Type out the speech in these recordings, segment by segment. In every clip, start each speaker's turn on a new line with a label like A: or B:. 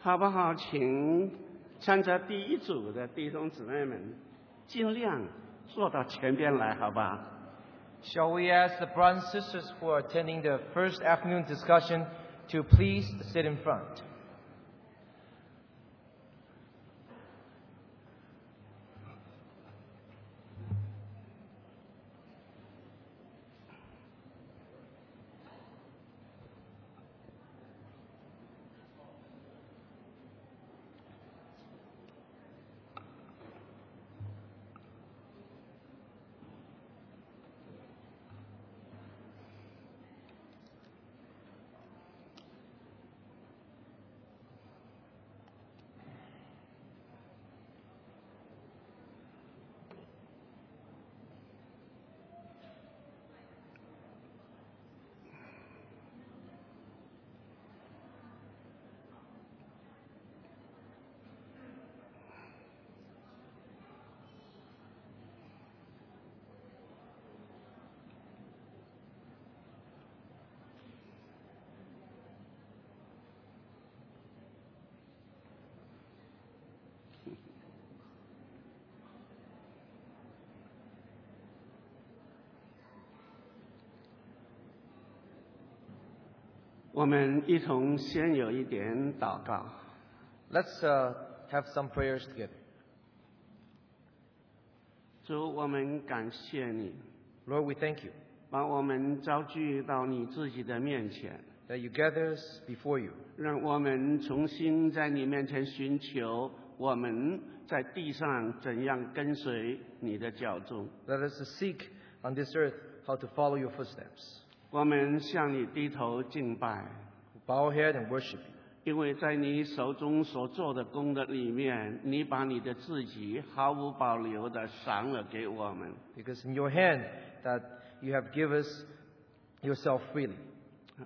A: 好不好？请参加第一组的弟兄姊妹们，尽量坐到前边来，好吧？
B: Shall we ask the brothers and sisters who are attending the first afternoon discussion to please sit in front?
A: 我们一同先有一点祷告。
B: Let's uh, have some prayers together.
A: 主，我们感谢你，
B: Lord, we thank you
A: 把我们招聚到你自己的面前，
B: that you gather us before you,
A: 让我们重新在你面前寻求我们在地上怎样跟随你的脚踪。
B: let us seek on this earth how to follow your footsteps,
A: 我们向你低头敬拜，
B: bow our head and worship you.
A: 因为在你手中所做的功的里面，你把你的自己毫无保留的赏了给我们。
B: Because in your hand that you have given us yourself freely.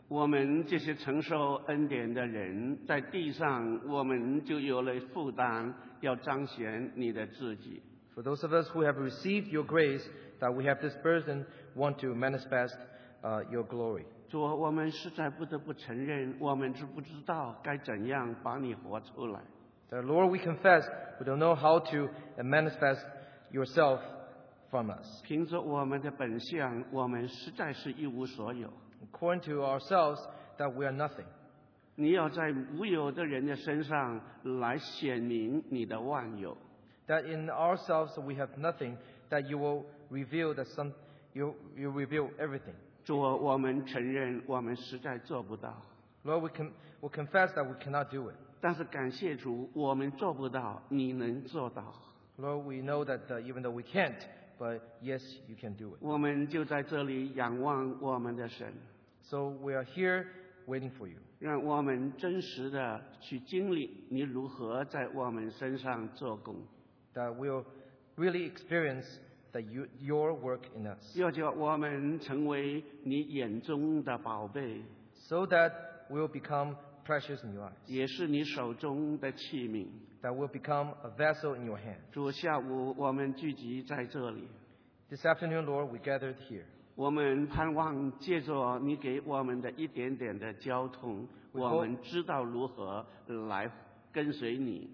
A: 我们这些承受恩典的人，在地上我们就有了负担，要彰显你的自己。
B: For those of us who have received your grace, that we have this burden, want to manifest uh, your glory.
A: 主，我们实在不得不承认，我们是不知道该怎样把你活出来。
B: That, Lord, we confess we don't know how to manifest yourself from us.
A: 凭着我们的本相，我们实在是一无所有。
B: According to ourselves, that we are nothing.
A: 你要在无有的人的身上来显明你的万有。
B: That in ourselves we have nothing. That you will reveal that some, you, you reveal everything.
A: 主，我们承认我们实在做不到，
B: Lord, we can we confess that we cannot do it.
A: 但是感谢主，我们做不到，你能做到。
B: Lord, we know that uh, even though we can't, but yes, you can do it.
A: 我们就在这里仰望我们的神，
B: So we are here waiting for you.
A: 让我们真实的去经历你如何在我们身上做工，
B: That we'll really experience that you, your work in us.
A: 要叫我们成为你眼中的宝贝，
B: So that we'll become precious in your eyes.
A: 也是你手中的器皿。
B: That we'll become a vessel in your hand.
A: 主，下午我们聚集在这里，
B: This afternoon, Lord, we gathered here.
A: 我们盼望借着你给我们的一点点的交通，
B: We
A: 我
B: hope-
A: 们知道如何来跟随你，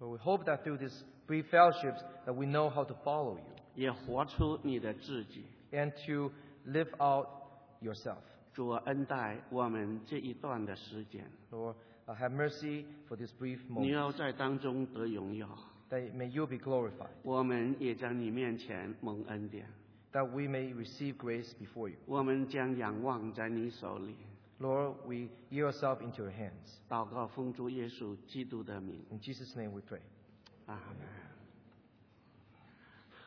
B: But we hope that through this brief fellowships that we know how to follow you
A: 也活出你的自己。
B: and to live out yourself.
A: 主恩待我们这一段的时间，
B: Lord, uh, have mercy for this brief
A: 你
B: moment.
A: 要在当中得荣耀，
B: That may you be glorified.
A: 我们也在你面前蒙恩典，
B: That we may receive grace before you.
A: 我们将仰望在你手里，
B: Lord, we yield ourselves into your hands.
A: 祷告奉主耶稣基督的名，
B: In Jesus' name we pray.
A: 阿门。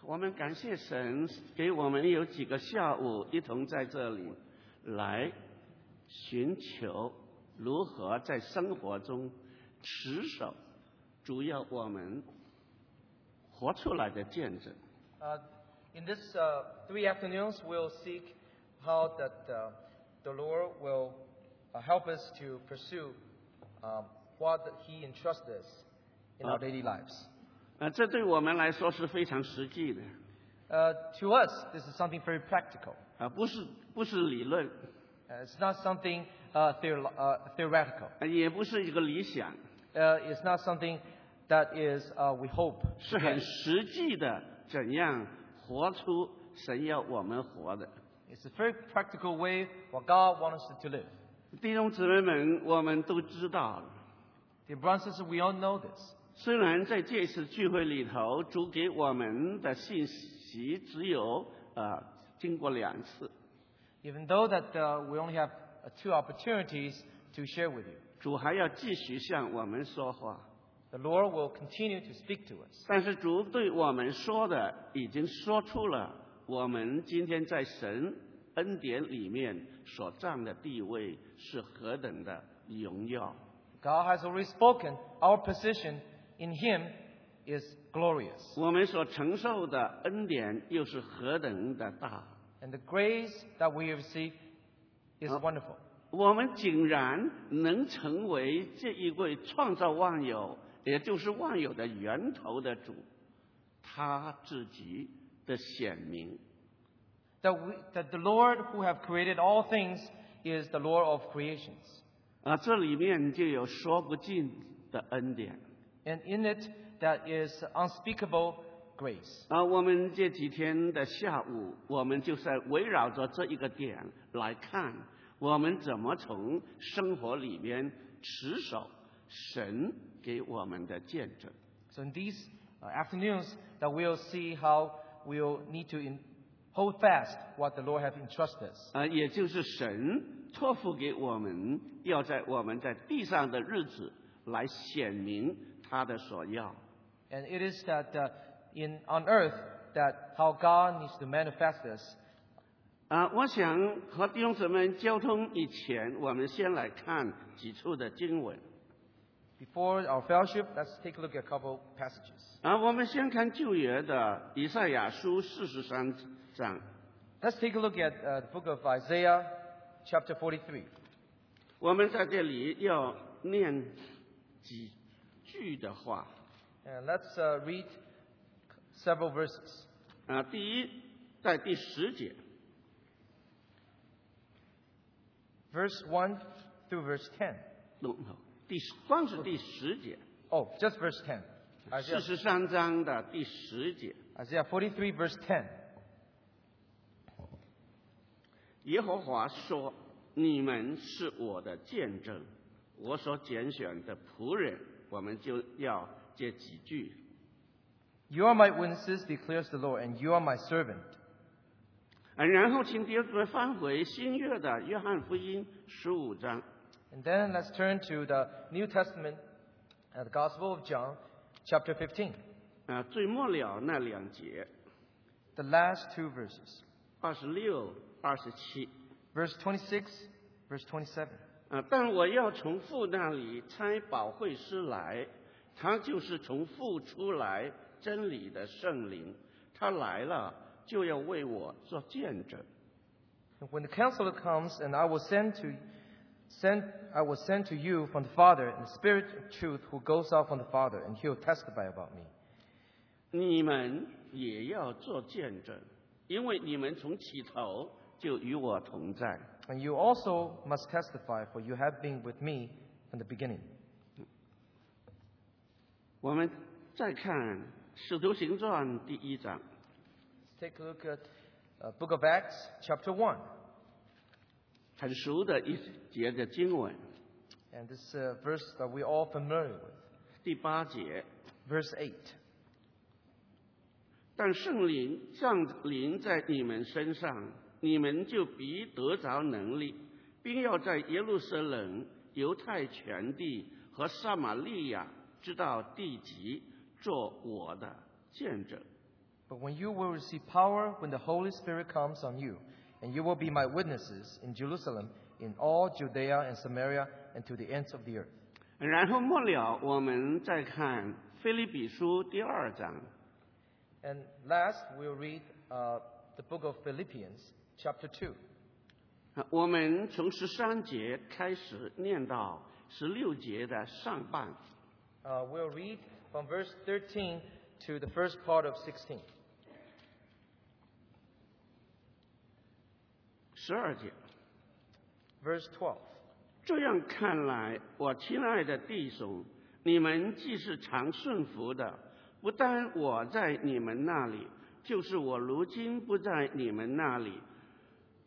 A: 我们感谢神给我们有几个下午一同在这里来寻求如何在生活中持守主要我们活出来的见证。
B: Uh, in this uh, three afternoons, we'll seek how that uh, the Lord will uh, help us to pursue um, what He entrusted us in our
A: Uh,
B: daily lives.
A: 呃，这对我们来说是非常实际的，
B: Uh, to us, this is something very practical.
A: 啊，不是不是理论，啊
B: Uh, it's not something uh, theolo- uh, theoretical.
A: 呃也不是一个理想，
B: uh, is not something that is uh, we hope.
A: 是很实际的，怎样活出神要我们活的。
B: It's a very practical way what God wants us to live.
A: 弟兄姊妹们，我们都知道，
B: Dear brothers and sisters, we all know this.
A: 虽然在这次聚会里头，主给我们的信息只有呃经过两次，
B: Even though that uh, we only have uh, two opportunities to share with you,
A: 主还要继续向我们说话，
B: the Lord will continue to speak to us.
A: 但是主对我们说的已经说出了我们今天在神恩典里面所占的地位是何等的荣耀。
B: God has already spoken. Our position in Him is glorious.
A: 我们所承受的恩典又是何等的大！
B: And the grace that we receive is
A: Uh,
B: wonderful.
A: 我们竟然能成为这一位创造万有，也就是万有的源头的主，他自己的显明。
B: That, we, that the Lord who have created all things is the Lord of creations.
A: 啊，这里面就有说不尽的恩典。
B: And in it, that is unspeakable grace.
A: 啊，我们这几天的下午，我们就在围绕着这一个点啊来看，我们怎么从生活里面持守神给我们的见证。
B: So in these uh, afternoons, that we'll see how we'll need to in, hold fast what the Lord have entrusted us.
A: 啊，也就是神托付给我们，要在我们在地上的日子来显明他的所要。
B: And it is that uh, in, on earth that how God needs to manifest us
A: 啊，我想和弟兄姊妹交通以前，我们先来看几处的经文。
B: Before our fellowship, let's take a look at a couple passages.
A: 啊，我们先看旧约的以赛亚书四十三章，
B: Let's take a look at uh, the book of Isaiah, chapter 43.
A: 我们在这里要念几句的话。
B: And let's uh, read several verses.
A: 啊，第一，在第十节，
B: Verse 1 through verse 10.
A: 不第光是第十节，
B: Oh, just verse 10.
A: 四
B: Isaiah,
A: 十三章的第十节，
B: Isaiah 43, verse 10.
A: 耶和华说：“你们是我的见证，我所拣选的仆人。”我们就要这几句。
B: You are my witnesses, declares the Lord, and you are my servant.
A: 啊，然后请弟兄姊妹翻回新约的约翰福音十五章。
B: And then let's turn to the New Testament, uh, the Gospel of John, chapter 15.
A: 啊，最末了那两节，
B: The last two verses.
A: 二十六、二十七。
B: Verse 26, verse 27.
A: 啊，但我要从父那里差保惠师来，他就是从父出来真理的圣灵，他来了就要为我做见证。
B: And When the counselor comes, and I will send to send I will send to you from the Father and the Spirit of truth who goes out from the Father, and he will testify about me.
A: 你们也要做见证，因为你们从起头就与我同在。
B: And you also must testify, for you have been with me from the beginning.
A: 我们再看《使徒行传》第一章，
B: Let's take a look at uh, Book of Acts, chapter one,
A: 很熟的一节的经文，
B: and this is a verse that we're all familiar with,
A: 第八节。
B: verse eight.
A: 但圣灵降临在你们身上，你们就必得着能力，并要在耶路撒冷、犹太全地和撒玛利亚，直到地极，做我的见证。
B: But when you will receive power when the Holy Spirit comes on you, and you will be my witnesses in Jerusalem, in all Judea and Samaria, and to the ends of the earth.
A: 然后末了，我们再看《菲利比书》第二章
B: And last, we'll read uh, the book of Philippians, chapter 2.
A: 啊，我们从十三节开始念到十六节的上半。
B: Uh, we'll read from verse 13 to the first part of 16.
A: 十二节，
B: Verse 12.
A: 这样看来，我亲爱的弟兄，你们既是常顺服的，不但我在你们那里，就是我如今不在你们那里，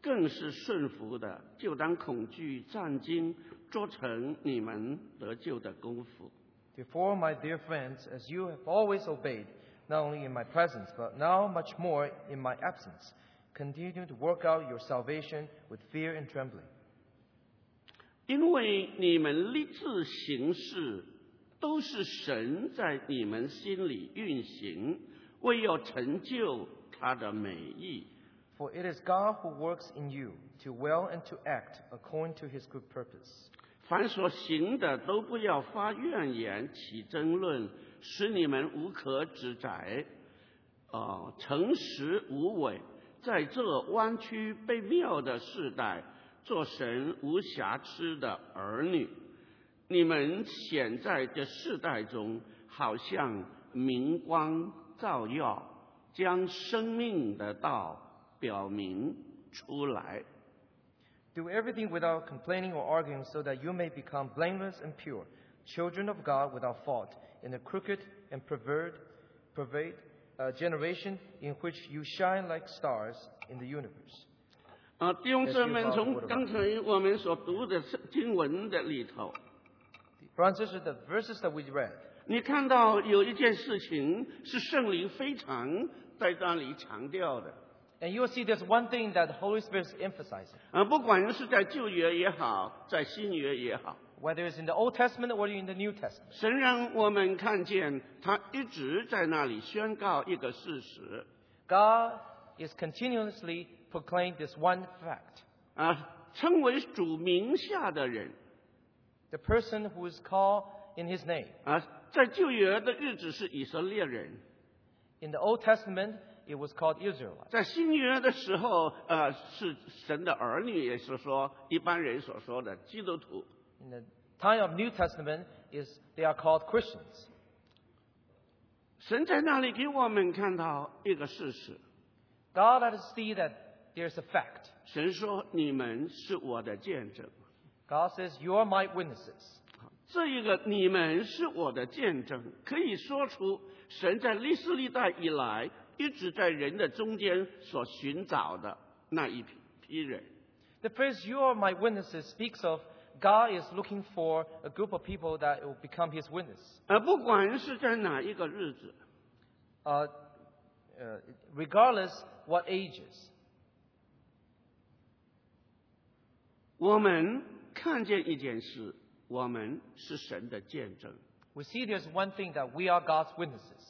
A: 更是顺服的，就当恐惧战惊，做成你们得救的功夫。
B: Therefore, my dear friends, as you have always obeyed, not only in my presence, but now much more in my absence, continue to work out your salvation with fear and trembling.
A: 因为你们立志行事，都是神在你们心里运行，为要成就他的美意。
B: For it is God who works in you to will and to act according to his good purpose.
A: 凡所行的，都不要发怨言、起争论，使你们无可指摘。哦、诚实无伪，在这弯曲被谬的世代，做神无瑕疵的儿女。你们显在这世代中，好像明光照耀，将生命的道表明出来。
B: Do everything without complaining or arguing, so that you may become blameless and pure, children of God without fault, in a crooked and perverted, pervade uh, generation in which you shine like stars in the universe.
A: 啊，弟兄姊妹们，从刚才我们所读的经文的里头，
B: Brothers and sisters, the verses that we read,
A: 你看到有一件事情是圣灵非常在那里强调的。
B: and you'll see there's one thing that the Holy Spirit is emphasizing.
A: 啊，不管是在旧约也好，在新约也好，
B: Whether it's in the Old Testament or in the New Testament,
A: 神让我们看见他一直在那里宣告一个事实
B: God is continuously proclaiming this one fact.
A: 啊，称为主名下的人
B: The person who is called in his name.
A: 啊，在旧约的日子是以色列人，
B: In the Old Testament, it was called Israelite.
A: 在新约的时候，呃，是神的儿女，也是说一般人所说的基督徒。
B: In the time of New Testament, is they are called Christians.
A: 神在那里给我们看到一个事实，
B: God let us see that there's a fact.
A: 神说：“你们是我的见证。
B: God says, "You are my witnesses." ”
A: 这一个“你们是我的见证”，可以说出神在历史历代以来一直在人的中间所寻找的那一批批人。
B: The phrase "You are my witnesses" speaks of God is looking for a group of people that will become His witness.
A: 而呃不管是在哪一个日子，
B: Uh, uh, regardless what ages,
A: 我们看见一件事：我们是神的见证。
B: we see there's one thing that we are God's witnesses.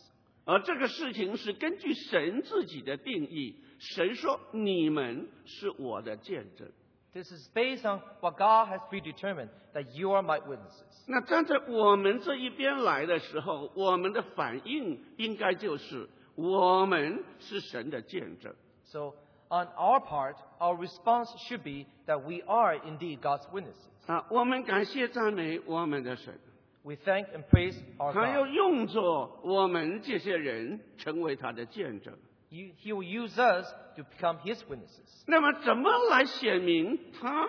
A: 而这个事情是根据神自己的定义，神说：“你们是我的见证。”
B: This is based on what God has predetermined that you are my witnesses.
A: 那站在我们这一边来的时候，我们的反应应该就是我们是神的见证。
B: So, on our part, our response should be that we are indeed God's witnesses.
A: 啊，我们感谢赞美我们的神，
B: We thank and praise our
A: 他要
B: God.
A: 用作我们这些人成为他的见证。
B: You- He will use us to become His witnesses.
A: 那么，怎么来显明他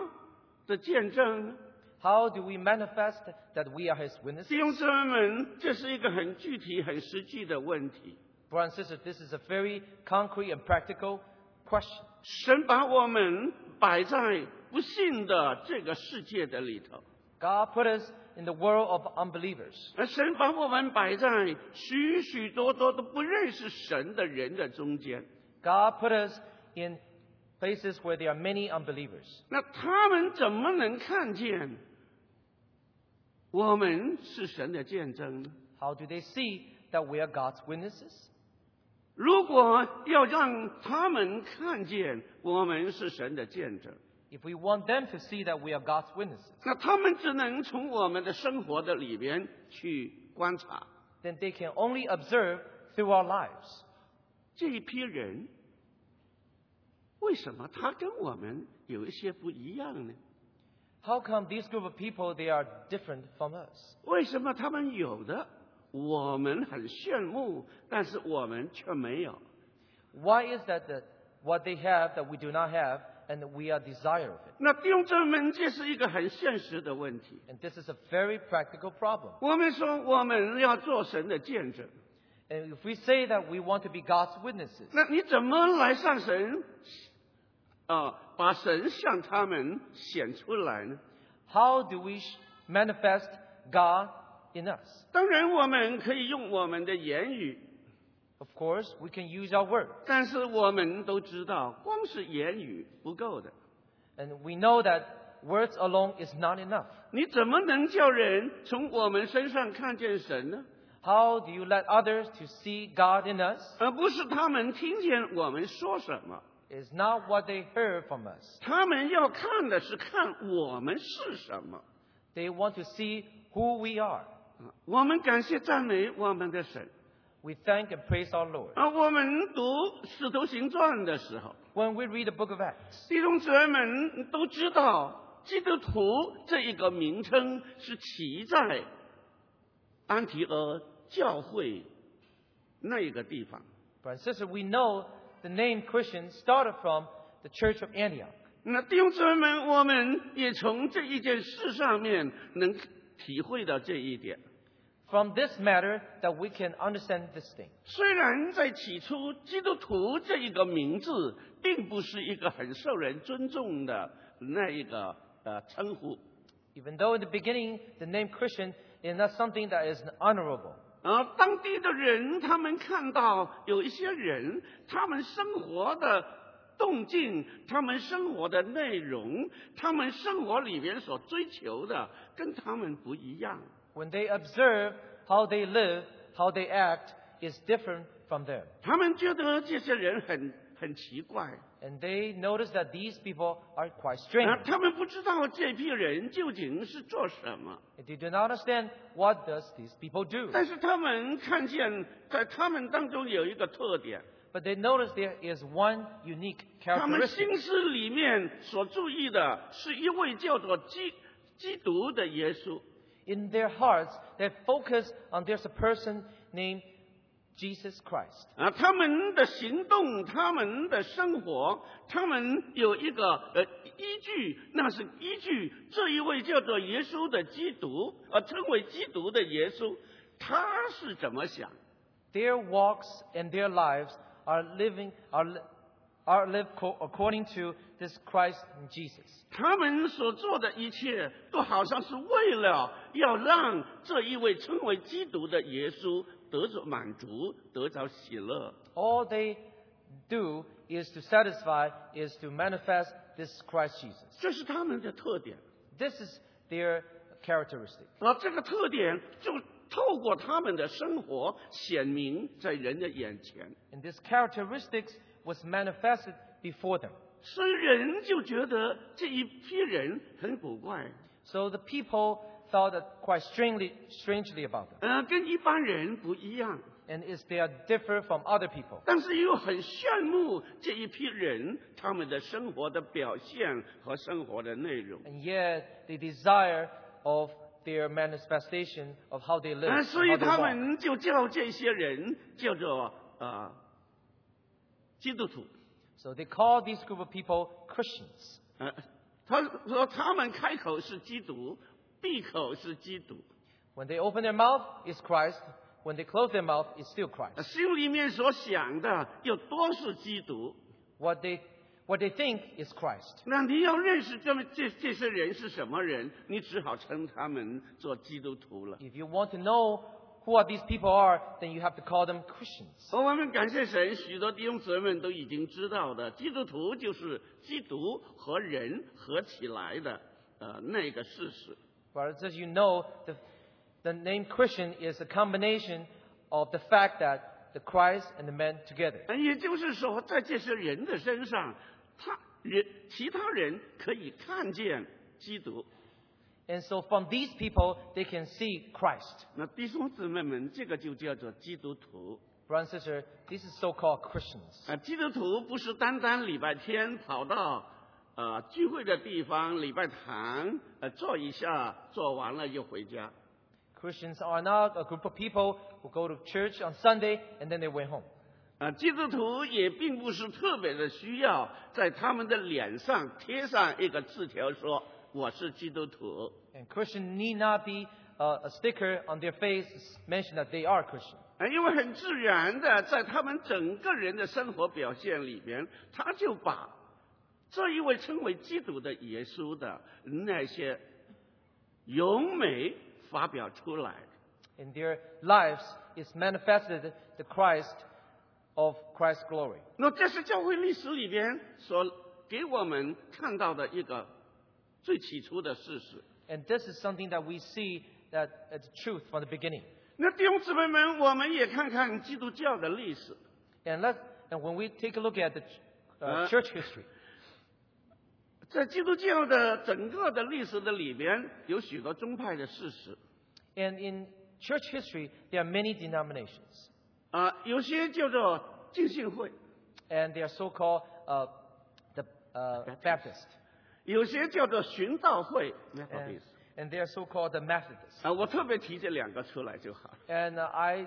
A: 的见证呢？
B: How do we manifest that we are His
A: 弟兄
B: witnesses?
A: 姊妹们，这是一个很具体、很实际的问题。
B: Brothers and sisters, this is a very concrete and practical question.
A: 神把我们摆在不幸的这个世界的里头。
B: God put us in the world of unbelievers.
A: 而神把我们摆在许许多多都不认识神的人的中间，
B: God put us in places where there are many unbelievers.
A: 那他们怎么能看见我们是神的见证呢？
B: How do they see that we are God's witnesses?
A: 如果要让他们看见我们是神的见证，
B: If we want them to see that we are God's witnesses,
A: 那他们只能从我们的生活的里边去观察
B: then they can only observe through our lives.
A: 这一批人，为什么他跟我们有一些不一样呢？
B: How come these group of people they are different from us?
A: 为什么他们有的我们很羡慕，但是我们却没有？
B: Why is that the, what they have that we do not have, and we are desire of it.
A: 那弟兄姊妹们，这是一个很现实的问题。
B: And this is a very practical problem.
A: 我们说我们要做神的见证，
B: And if we say that we want to be God's witnesses,
A: 那你怎么来向神啊、把神向他们显出来呢？
B: how do we sh- manifest God in us?
A: 当然，我们可以用我们的言语，
B: Of course, we can use our word.
A: 但是我们都知道，光是言语不够的。
B: And we know that words alone is not enough.
A: 你怎么能叫人从我们身上看见神呢？
B: How do you let others to see God in us?
A: 而不是他们听见我们说什么，
B: It's not what they heard from us.
A: 他们要看的是看我们是什么。
B: They want to see who we are.
A: 啊我们感谢赞美我们的神。
B: We thank and praise our Lord.
A: 而我们读《使徒行传》的时候，
B: When we read the book of Acts,
A: 弟兄姊妹们都知道，基督徒这一个名称是起在安提阿教会那个地方。
B: brothers and sisters, we know the name Christian started from the church of Antioch.
A: 那弟兄姊妹们，我们也从这一件事上面能体会到这一点。
B: From this matter that we can understand this thing.
A: 虽然在起初，基督徒这一个名字并不是一个很受人尊重的那一个呃称呼，
B: Even though in the beginning the name Christian is not something that is honorable.
A: 而呃当地的人他们看到有一些人，他们生活的动静，他们生活的内容，他们生活里面所追求的，跟他们不一样。
B: When they observe how they live, how they act is different from them.
A: 他们觉得这些人很很奇怪，
B: And they notice that these people are quite
A: 啊
B: strange.，
A: 他们不知道这批人究竟是做什么。
B: They do not understand what does these people do.
A: 但是他们看见，在他们当中有一个特点，
B: But they notice there is one unique
A: 他们
B: characteristic.
A: 心思里面所注意的是一位叫做基基督的耶稣。
B: In their hearts, they focus on there's a person named Jesus Christ.
A: 啊，他们的行动，他们的生活，他们有一个呃依据，那是依据这一位叫做耶稣的基督，呃，称为基督的耶稣，他是怎么想？
B: Their walks and their lives are living are, li- are lived co- according to this Christ and Jesus.
A: 他们所做的一切，都好像是为了要让这一位称为基督的耶稣得着满足，得着喜乐。
B: All they do is to satisfy, is to manifest this Christ Jesus.
A: 这是他们的特点，
B: This is their characteristic.
A: 而这个特点就透过他们的生活显明在人的眼前，
B: And this characteristics was manifested before them.
A: 所以人就觉得这一批人很古怪，
B: So the people thought that quite strangely, strangely about them,
A: 呃，跟一般人不一样，
B: and is they are different from other people.
A: 但是又很羡慕这一批人他们的生活的表现和生活的内容。
B: And yet the desire of their manifestation of how they live,
A: 啊，
B: and
A: 所以
B: how they
A: 他
B: walk.
A: 们就叫这些人叫做啊、呃基督徒。
B: So they call these group of people Christians.
A: 呃，他说他们开口是基督，闭口是基督，
B: When they open their mouth, it's Christ. When they close their mouth, it's still Christ.
A: 呃心里面所想的又多是基督。
B: What they what they think is Christ.
A: 那你要认识这么这这些人是什么人，你只好称他们做基督徒了。
B: If you want to know who are these people are, then you have to call them Christians.
A: 而我们感谢神，许多弟兄姊妹们都已经知道的，基督徒就是基督和人合起来的，呃，那个事实。
B: Brothers, as you know, the, the name Christian is a combination of the fact that the Christ and the man together.
A: 也就是说，在这些人的身上，他人其他人可以看见基督。
B: And so from these people, they can see Christ.
A: 那弟兄姊妹们，这个就叫做基督徒。
B: Brothers and sisters, this is so-called Christians.
A: 啊，基督徒不是单单礼拜天跑到呃聚会的地方礼拜堂呃坐一下，做完了就回家。
B: Christians are not a group of people who go to church on Sunday and then they went home.
A: 啊，基督徒也并不是特别的需要在他们的脸上贴上一个字条说我是基督徒。
B: And Christian need not be uh, a sticker on their face mention that they are Christian.
A: 啊，因为很自然的，在他们整个人的生活表现里边，他就把这一位称为基督的耶稣的那些勇美发表出来。
B: In their lives is manifested the Christ of Christ's glory.
A: 那这是教会历史里边所给我们看到的一个最起初的事实。
B: And this is something that we see that it's truth from the beginning.
A: 那弟兄姊妹们，我们也看看基督教的历史。
B: And let and when we take a look at the ch- uh,
A: Uh.
B: church history,
A: 在基督教的整个的历史的里边，有许多宗派的事实。
B: and in church history there are many denominations,
A: 啊，有些叫做浸信会，
B: and they are so-called uh, the uh,
A: Baptist.
B: Baptist,
A: 有些叫做寻道会，那不好
B: and,
A: 意思。
B: and they are so-called the Methodists.
A: 啊，我特别提这两个出来就好。
B: And uh, I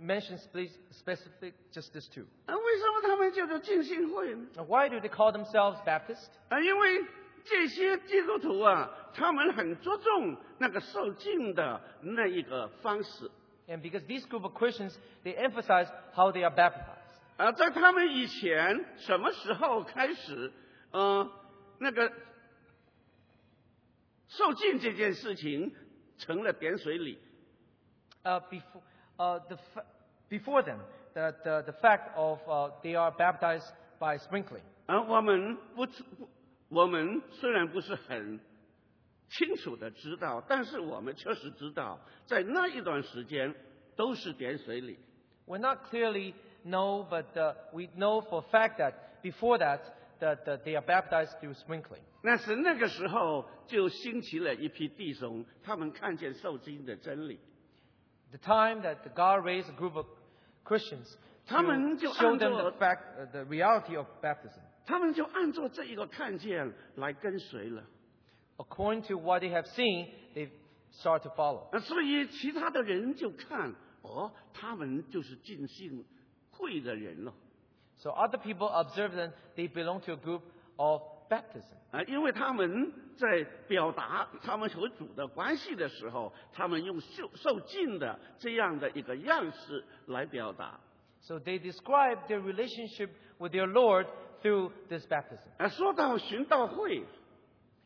B: mentioned spe- specific just these two.
A: 啊，为什么他们叫做浸信会呢？
B: Now, why do they call themselves Baptist?
A: 啊，因为这些基督徒啊，他们很着重那个受浸的那一个方式。
B: And because these group of Christians, they emphasize how they are baptized.
A: 啊，在他们以前什么时候开始，呃，那个受浸这件事情成了点水礼。
B: Uh, before, uh, the f- before them, the, the, the fact of uh, they are baptized by sprinkling.
A: 而啊我们不知，不我们虽然不是很清楚的知道，但是我们确实知道，在那一段时间都是点水礼。
B: We're not clearly know, but uh, we know for a fact that before that, that, that they are baptized through sprinkling.
A: 那是那个时候就兴起了一批弟兄，他们看见受精的真理，
B: The time that the God raised a group of Christians to
A: 他们就
B: show them the
A: 按照-
B: fact, uh, the reality of baptism.
A: 他们就按照这一个看见来跟随了。
B: according to what they have seen, they start to follow.
A: 呃所以其他的人就看，哦，他们就是尽信会的人了。
B: So other people observe them, they belong to a group of baptism.
A: 啊，因为他们在表达他们和主的关系的时候，他们用受受尽的这样的一个样式来表达。
B: So they describe their relationship with their Lord through this baptism.
A: 啊，说到寻道会，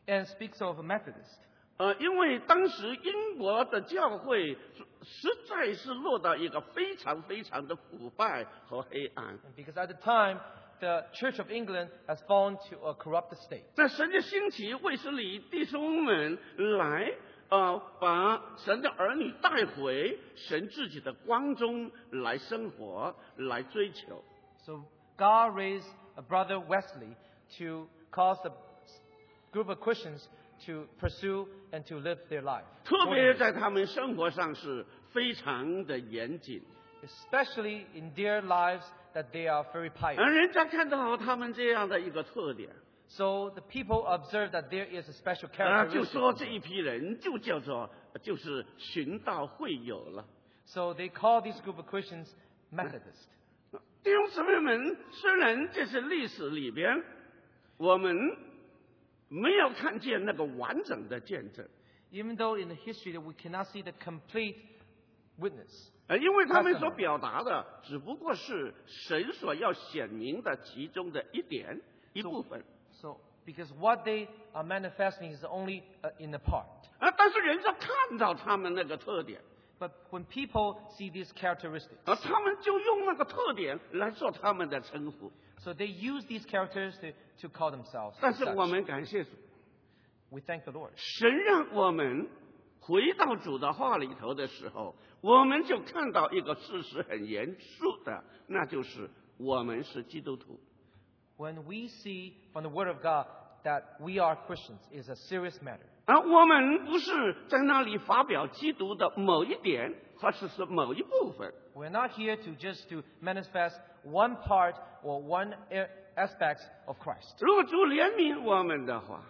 B: And speaks of a Methodist.
A: 呃，因为当时英国的教会实在是落到一个非常非常的腐败和黑暗。
B: And because at the time, the Church of England has fallen to a corrupt state.
A: 那神的兴起，卫斯理弟兄们来，呃，把神的儿女带回神自己的光中来生活，来追求。
B: So God raised a brother Wesley to cause a group of Christians to pursue and to live their life.
A: 特别在他们生活上是非常的严谨，
B: especially in their lives that they are very pious.
A: 而人家看到他们这样的一个特点，
B: So the people observe that there is a special
A: 啊，就
B: characteristic.
A: 说这一批人就叫做就是寻道会友了。
B: So they call these group of Christians Methodist.
A: 弟兄姊妹们，虽然这是历史里边我们没有看见那个完整的见证，
B: Even though in the history that we cannot see the complete witness,
A: 呃，因为他们所表达的只不过是神所要显明的其中的一点一部分。
B: so because what they are manifesting is only uh, in a part.
A: 啊，但是人家看到他们那个特点，
B: But when people see these characteristics,
A: 而他们就用那个特点来做他们的称呼。
B: so they use these characteristics to, to call themselves.
A: 但是啊
B: such.
A: 我们感谢主，
B: We thank the Lord.
A: 神让我们回到主的话里头的时候，我们就看到一个事实很严肃的，那就是我们是基督徒。
B: When we see from the Word of God that we are Christians is a serious matter.
A: 而我们不是在那里发表基督的某一点，或者是某一部分，
B: We're not here to just to manifest one part or one a- aspect of Christ.
A: 如果主怜悯我们的话，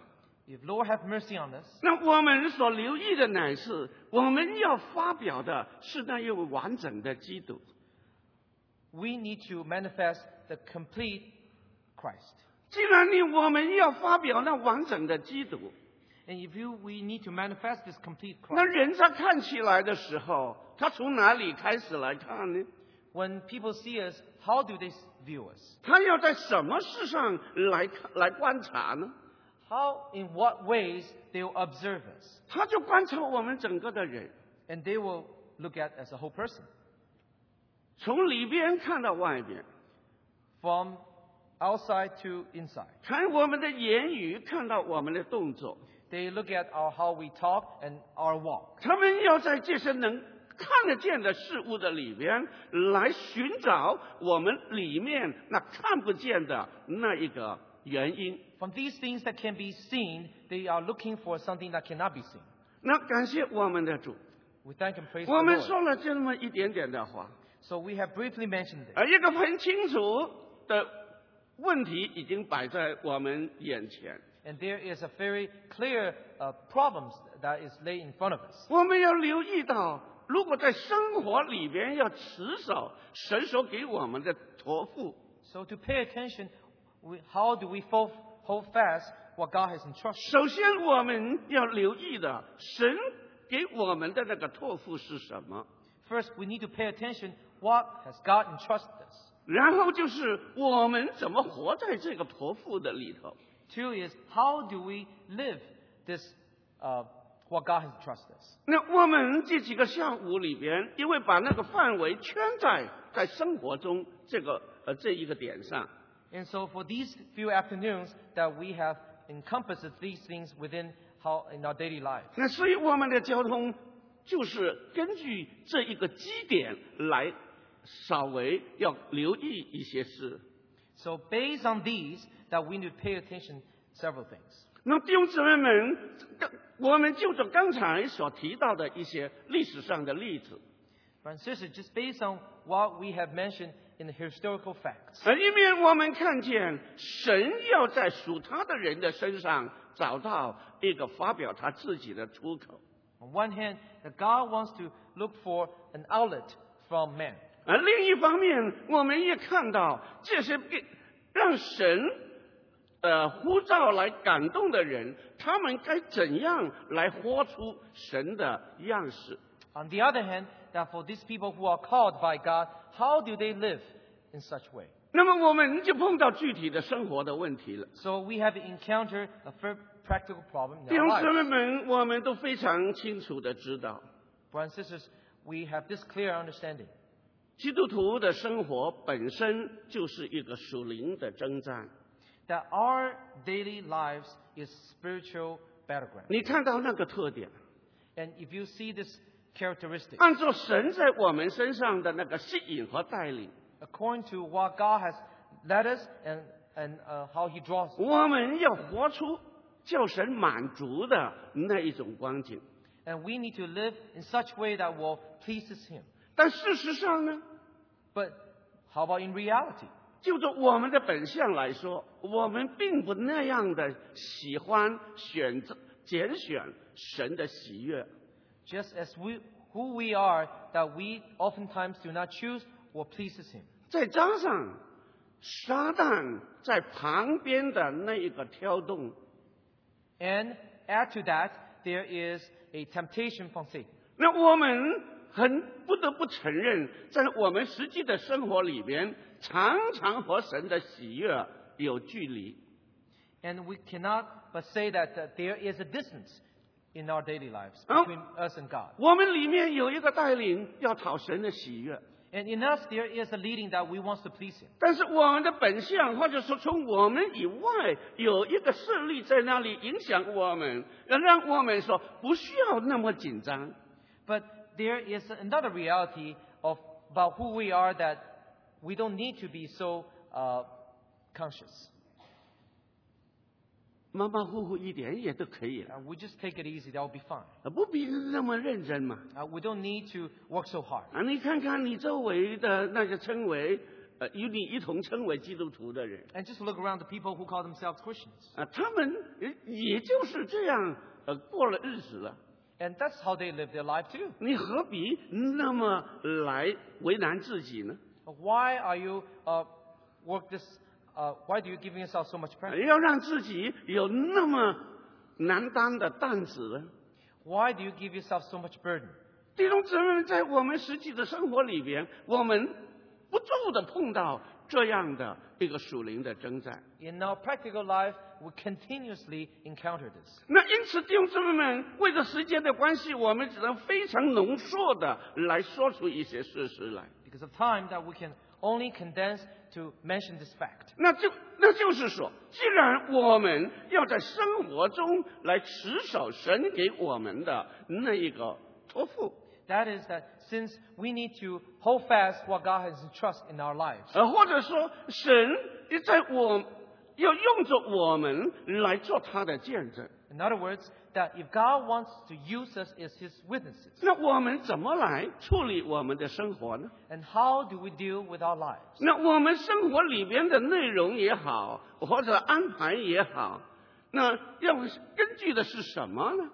B: If Lord have mercy on us,
A: 那我们所留意的乃是我们要发表的是那一位完整的基督。
B: we need to manifest the complete Christ.
A: 既然你我们要发表那完整的基督，
B: And if you, we need to manifest this complete
A: 那
B: Christ.
A: 人在看起来的时候，他从哪里开始来看呢？
B: When people see us, how do they s- view us?
A: 他要在什么事上来看来观察呢？
B: How, in what ways they will observe us,
A: 他就观察我们整个的人，
B: and they will look at as a whole person,
A: 从里边看到外边，
B: from outside to inside.
A: 看我们的言语，看到我们的动作。
B: They look at our how we talk and our walk.
A: 他们要在这些能看得见的事物的里边，来寻找我们里面那看不见的那一个原因。
B: From these things that can be seen, they are looking for something that cannot be seen.
A: 那感谢我们的主，
B: We thank and praise
A: 我们
B: the
A: 说
B: Lord.
A: 了这么一点点的话，
B: So we have briefly mentioned it,
A: 而一个很清楚的问题已经摆在我们眼前，
B: and there is a very clear uh, problems that is laid in front of us.
A: 我们要留意到，如果在生活里边要持守神所给我们的托付，
B: So to pay attention, we, how do we fo- hold fast what God has entrusted?
A: 首先我们要留意的，神给我们的那个托付是什么？
B: First, we need to pay attention what has God entrusted us.
A: 然后就是我们怎么活在这个托付的里头。
B: Two is how do we live this uh, what God has entrusted us.
A: 那我们这几个下午里边，因为把那个范围圈在在生活中这个呃这一个点上，
B: And so for these few afternoons that we have encompassed these things within how in our daily life.
A: 那所以我们的交通就是根据这一个基点来稍微要留意一些事。
B: So based on these that we need to pay attention several things.
A: 那弟兄姊妹们，刚我们就着刚才所提到的一些历史上的例子，
B: Brothers and sisters, just based on what we have mentioned in the historical facts.
A: 而一面我们看见神要在属他的人的身上找到一个发表他自己的出口，
B: On one hand, that God wants to look for an outlet from man.
A: 而啊另一方面，我们也看到这些给让神呃呼召来感动的人，他们该怎样来活出神的样式？
B: On the other hand, that for these people who are called by God, how do they live in such way?
A: 那么我们就碰到具体的生活的问题了。
B: So we have encountered a very practical problem
A: 弟
B: in our
A: 兄姊
B: lives.
A: 妹们，我们都非常清楚的知道，
B: Brothers and sisters, we have this clear understanding.
A: 基督徒的生活本身就是一个属灵的征战。
B: that our daily lives is spiritual battleground.
A: 你看到那个特点，
B: And if you see this characteristic,
A: 按照神在我们身上的那个吸引和带领，
B: according to what God has led us and, and uh, how He draws,
A: 我们要活出叫神满足的那一种光景。
B: and we need to live in such way that will pleases Him.
A: 但事实上呢，
B: But how about in reality?
A: 就着我们的本相来说，我们并不那样的喜欢选择拣选神的喜悦。
B: Just as we, who we are, that we oftentimes do not choose what pleases Him.
A: 再加上撒旦在旁边的那一个挑动，
B: And add to that, there is a temptation from Satan.
A: 那我们很不得不承认，在我们实际的生活里边，常常和神的喜悦有距离。
B: And we cannot but say that, that there is a distance in our daily lives
A: Oh.
B: between us and God.
A: 我们里面有一个带领，要讨神的喜悦，
B: And in us, there is a leading that we want to please Him.
A: 但是我们的本相，或者说从我们以外有一个势力在那里影响我们，让我们说不需要那么紧张。
B: But there is another reality of about who we are that we don't need to be so uh, conscious.
A: 马马虎虎一点也都可以了，
B: Uh, we just take it easy, that will be fine.
A: 不必那么认真嘛。
B: Uh, we don't need to work so hard.
A: 啊，你看看你周围的那些称为呃与你一同称为基督徒的人
B: And just look around the people who call themselves Christians.
A: 啊，他们也也就是这样呃过了日子了，
B: And that's how they live their life too.
A: 你何必那么来为难自己呢？
B: Why are you uh, work this? Uh, why do you giving yourself so much pressure?
A: 呃要让自己有那么难担的担子呢？
B: Why do you give yourself so much burden?
A: 弟兄姊妹们，在我们实际的生活里边，我们不住的碰到这样的一个属灵的征战。
B: In our practical life, we continuously encounter this.
A: 那因此，弟兄姊妹们，为了时间的关系，我们只能非常浓缩的来说出一些事实来。
B: Because of time, that we can only condense to mention this fact.
A: 那就那就是说，既然我们要在生活中来持守神给我们的那一个托付，
B: That is that since we need to hold fast what God has entrusted in our lives,
A: 呃，或者说神也在我要用着我们来做他的见证，
B: in other words, that if God wants to use us as His witnesses,
A: 那我们怎么来处理我们的生活呢？
B: and how do we deal with our lives?
A: 那我们生活里边的内容也好，或者安排也好，那要根据的是什么呢？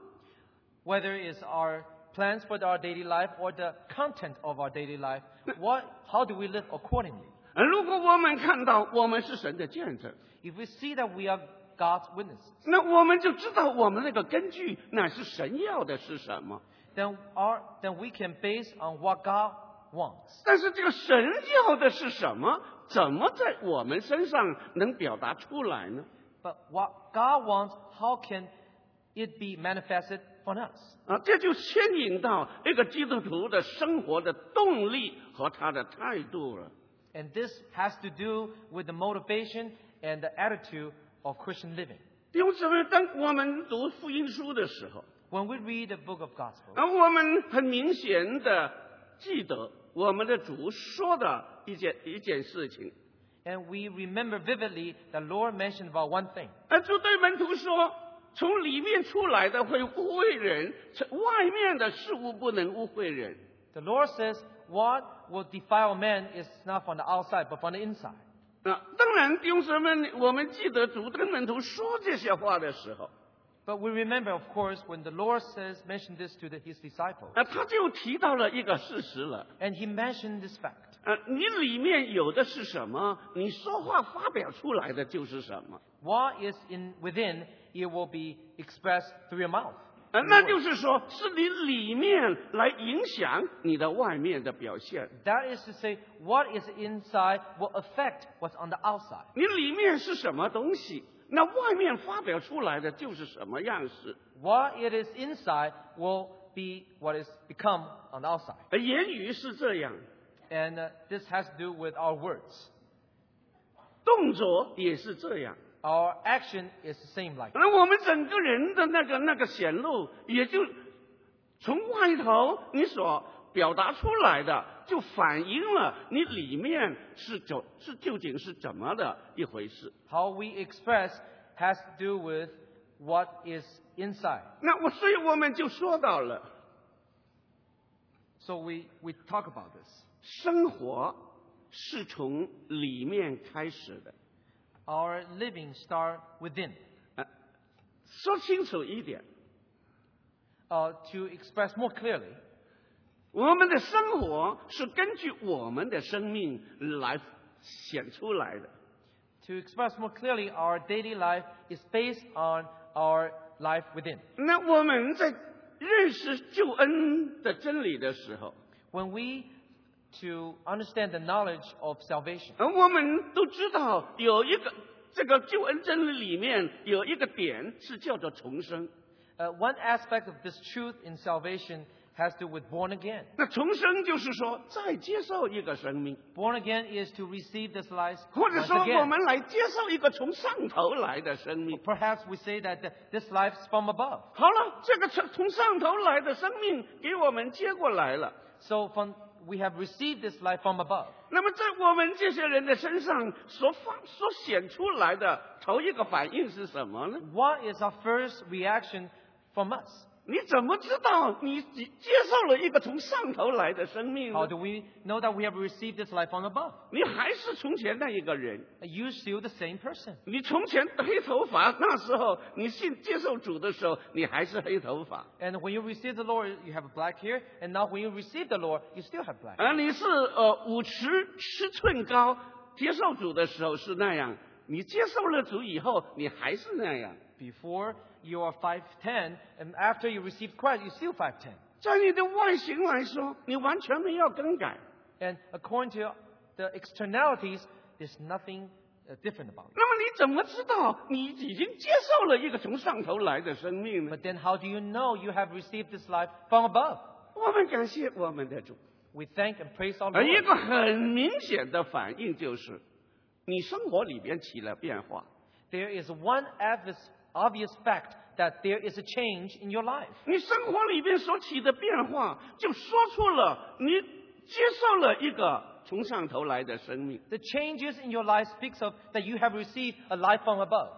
B: Whether it's our plans for our daily life or the content of our daily life, what, how do we live accordingly?
A: 呃如果我们看到我们是神的见证，
B: If we see that we are God's witnesses,
A: 那我们就知道我们那个根据乃是神要的是什么。
B: then, our, then we can base on what God wants.
A: 但是这个神要的是什么？怎么在我们身上能表达出来呢？
B: But what God wants, how can it be manifested on us?
A: 啊，这就牵引到一个基督徒的生活的动力和他的态度了。
B: And this has to do with the motivation and the attitude of Christian living.
A: 弟兄姊妹，当我们读福音书的时候，
B: When we read the book of Gospel,
A: 而我们很明显的记得我们的主说的一件一件事情。
B: and we remember vividly the Lord mentioned about one thing.
A: 而啊主对门徒说：“从里面出来的会污秽人，从外面的事物不能污秽人。
B: The Lord says, What will defile man is not from the outside, but from the inside. ”
A: 啊，当然，弟兄姊妹们，我们记得主跟门徒说这些话的时候，
B: But we remember, of course, when the Lord says, mentioned this to the, his disciples,
A: 啊，他就提到了一个事实了。
B: and he mentioned this fact
A: 啊，你里面有的是什么，你说话发表出来的就是什么。
B: what is in within, it will be expressed through your mouth.
A: 啊，那就是说，是你里面来影响你的外面的表现。
B: That is to say, what is inside will affect what's on the outside.
A: 你里面是什么东西，那外面发表出来的就是什么样式。
B: What it is inside will be what is become on the outside.
A: 而啊言语是这样，
B: And uh, this has to do with our words.
A: 动作也是这样。
B: Our action is the same like
A: 而我们整个人的那个那个显露，也就从外头你所表达出来的，就反映了你里面是怎是究竟是怎么的一回事。
B: How we express has to do with what is inside.
A: 那我，所以我们就说到了
B: So we, we talk about this.
A: 生活是从里面开始的。
B: Our living start within.
A: 说清楚一点，
B: Uh, to express more clearly,
A: 我们的生活是根据我们的生命来显出来的。
B: to express more clearly, our daily life is based on our life within.
A: 那我们在认识救恩的真理的时候，
B: When we to understand the knowledge of salvation,
A: 而呃我们都知道有一个这个救恩真理里面有一个点是叫做重生。
B: uh, one aspect of this truth in salvation has to do with born again.
A: 那重生就是说再接受一个生命，
B: Born again is to receive this life
A: 或者
B: once
A: 说我
B: again.
A: 们来接受一个从上头来的生命。
B: Perhaps we say that th- this life is from above.
A: 好了，这个从从上头来的生命给我们接过来了。
B: So from, we have received this life from above.
A: 那么在我们这些人的身上所发所显出来的头一个反应是什么呢？
B: What is our first reaction from us?
A: 你怎么知道你接接受了一个从上头来的生命呢
B: How do we know that we have received this life from above?
A: 你还是从前那一个人。
B: You're still the same person.
A: 你从前黑头发，那时候你信接受主的时候，你还是黑头发，
B: And when you receive the Lord, you have black hair. And now when you receive the Lord, you still have black hair.
A: 而你是呃五尺尺寸高，接受主的时候是那样，你接受了主以后，你还是那样，
B: Before you are 5'10", and after you receive Christ, you're still 5'10".
A: 在你的外形来说，你完全没有更改。
B: And according to the externalities, there's nothing uh, different about it.
A: 那么你怎么知道你已经接受了一个从上头来的生命呢？
B: But then how do you know you have received this life from above?
A: 我们感谢我们的主。
B: We thank and praise our
A: 而一
B: Lord.
A: 个很明显的反应就是，你生活里边起了变化。
B: There is one obvious, obvious fact that there is a change in your life.
A: 你生活里边所起的变化，就说出了你接受了一个从上头来的生命。
B: The changes in your life speaks of that you have received a life from above.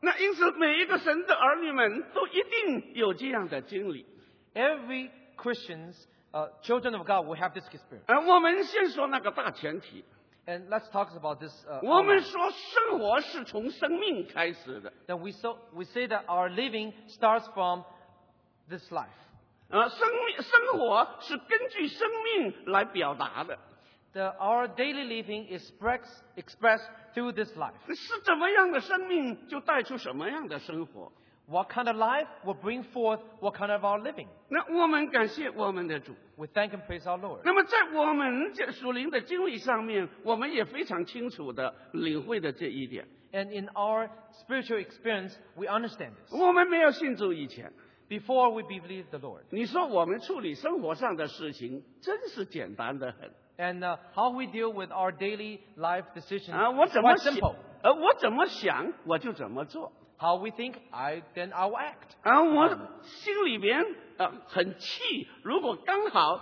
A: 那因此，每一个神的儿女们都一定有这样的经历。
B: Every Christians, uh, children of God, will have this experience.
A: 而呃我们先说那个大前提，
B: And let's talk about this. Uh,
A: 我们
B: outline.
A: 说生活是从生命开始的，
B: that we so we say that our living starts from this life.
A: 啊，生命生活是根据生命来表达的。
B: The, our daily living is express, expressed through this life.
A: 是怎么样的生命，就带出什么样的生活。
B: What kind of life will bring forth what kind of our living?
A: 那我们感谢我们的主。
B: We thank and praise our Lord.
A: 那么在我们这属灵的经历上面，我们也非常清楚的领会的这一点。
B: And in our spiritual experience, we understand this.
A: 我们没有信主以前，
B: Before we believe the Lord.
A: 你说我们处理生活上的事情，真是简单的很
B: And uh, how we deal with our daily life decisions
A: 啊！我
B: is
A: 怎么
B: quite
A: 想
B: simple.，
A: 呃，我怎么想我就怎么做
B: How we think, I then I will act.
A: 啊！我心里边呃很气，如果刚好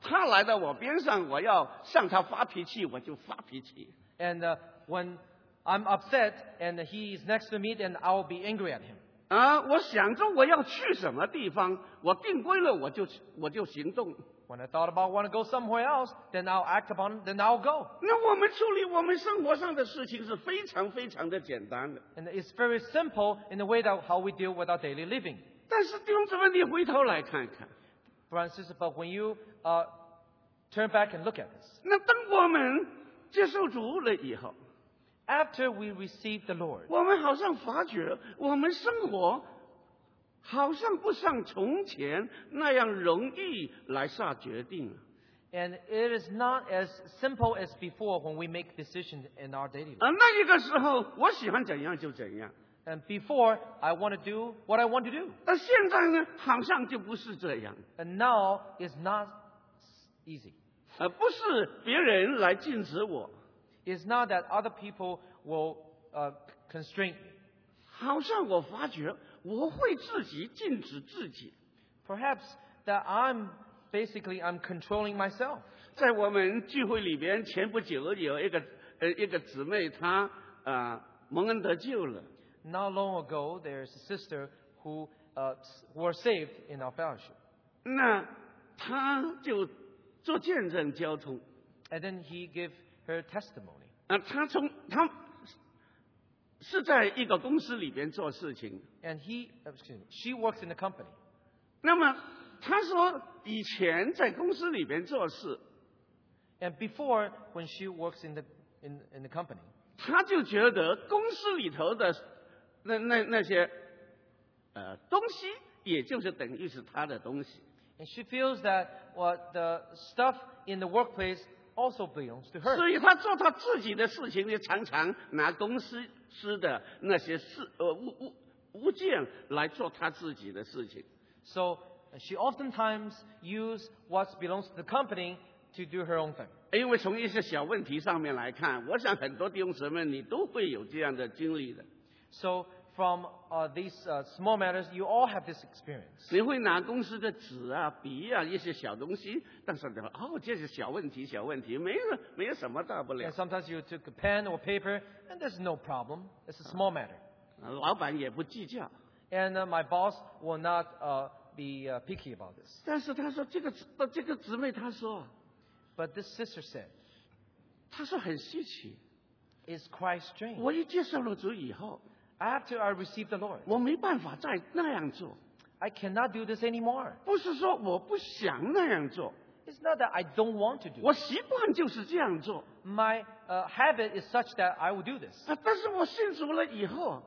A: 他来到我边上，我要向他发脾气，我就发脾气。
B: And uh, when I'm upset and he is next to me, then I will be angry at him.
A: 啊，我想着我要去什么地方，我定规了，我就我就行动。
B: When I thought about want to go somewhere else, then I'll act upon, then I'll go.
A: 那我们处理我们生活上的事情是非常非常的简单的。
B: And it's very simple in the way that how we deal with our daily living.
A: 但是弟兄姊妹，你回头来看看，
B: Brothers and sisters, but when you uh, turn back and look at this,
A: 那当我们接受主了以后，
B: after we receive the Lord,
A: 我们好像发觉我们生活好像不像从前那样容易来下决定了。
B: and it is not as simple as before when we make decisions in our daily life.
A: 啊，那一个时候我喜欢怎样就怎样，
B: And before, I want to do what I want to do.
A: 但现在呢，好像就不是这样。
B: And now it's not s- easy.
A: 呃，不是别人来禁止我，
B: It's not that other people will uh, constrain me.
A: 好像我发觉我会自己禁止自己。
B: Perhaps that I'm basically I'm controlling myself.
A: 在我们聚会里边，前不久有一个呃一个姊妹，她啊、呃蒙恩得救了，
B: Not long ago, there's a sister who uh, s- were saved in our fellowship,
A: 那她就做见证交通
B: and then he gave her testimony.
A: 啊、她从她是在一个公司里边做事情，
B: And he, uh, excuse me, she works in a company,
A: 那么她说以前在公司里边做事，
B: and before when she works in the in, in the company,
A: 他就觉得公司里头的那那那些呃东西，也就是等于是他的东西，
B: and she feels that well, the stuff in the workplace also belongs to her.
A: 所以他做他自己的事情，就常常拿公司司的那些事呃物物物件来做他自己的事情。
B: So she oftentimes uses what belongs to the company to do her own thing.
A: 因为从一些小问题上面来看，我想很多弟兄姊妹你都会有这样的经历的，
B: So from uh, these uh, small matters, you all have this experience.
A: 你会拿公司的纸啊、笔啊一些小东西，但是你说哦这是小问题，小问题，没有没有什么大不了
B: And。sometimes you took a pen or paper, and there's no problem. It's a small matter.
A: 老板也不计较。
B: And uh, my boss will not uh, be uh, picky about this.
A: 但是他说这个姊呃这个姊妹，他说
B: But this sister said,
A: 他说很稀奇。
B: It's quite strange.
A: 我一接受了主以后，
B: After I received the Lord,
A: 我没办法再那样做。
B: I cannot do this anymore.
A: 不是说我不想那样做，
B: It's not that I don't want to do
A: 我
B: it.
A: 习惯就是这样做。
B: My uh, habit is such that I will do this.
A: 啊，但是我信主了以后，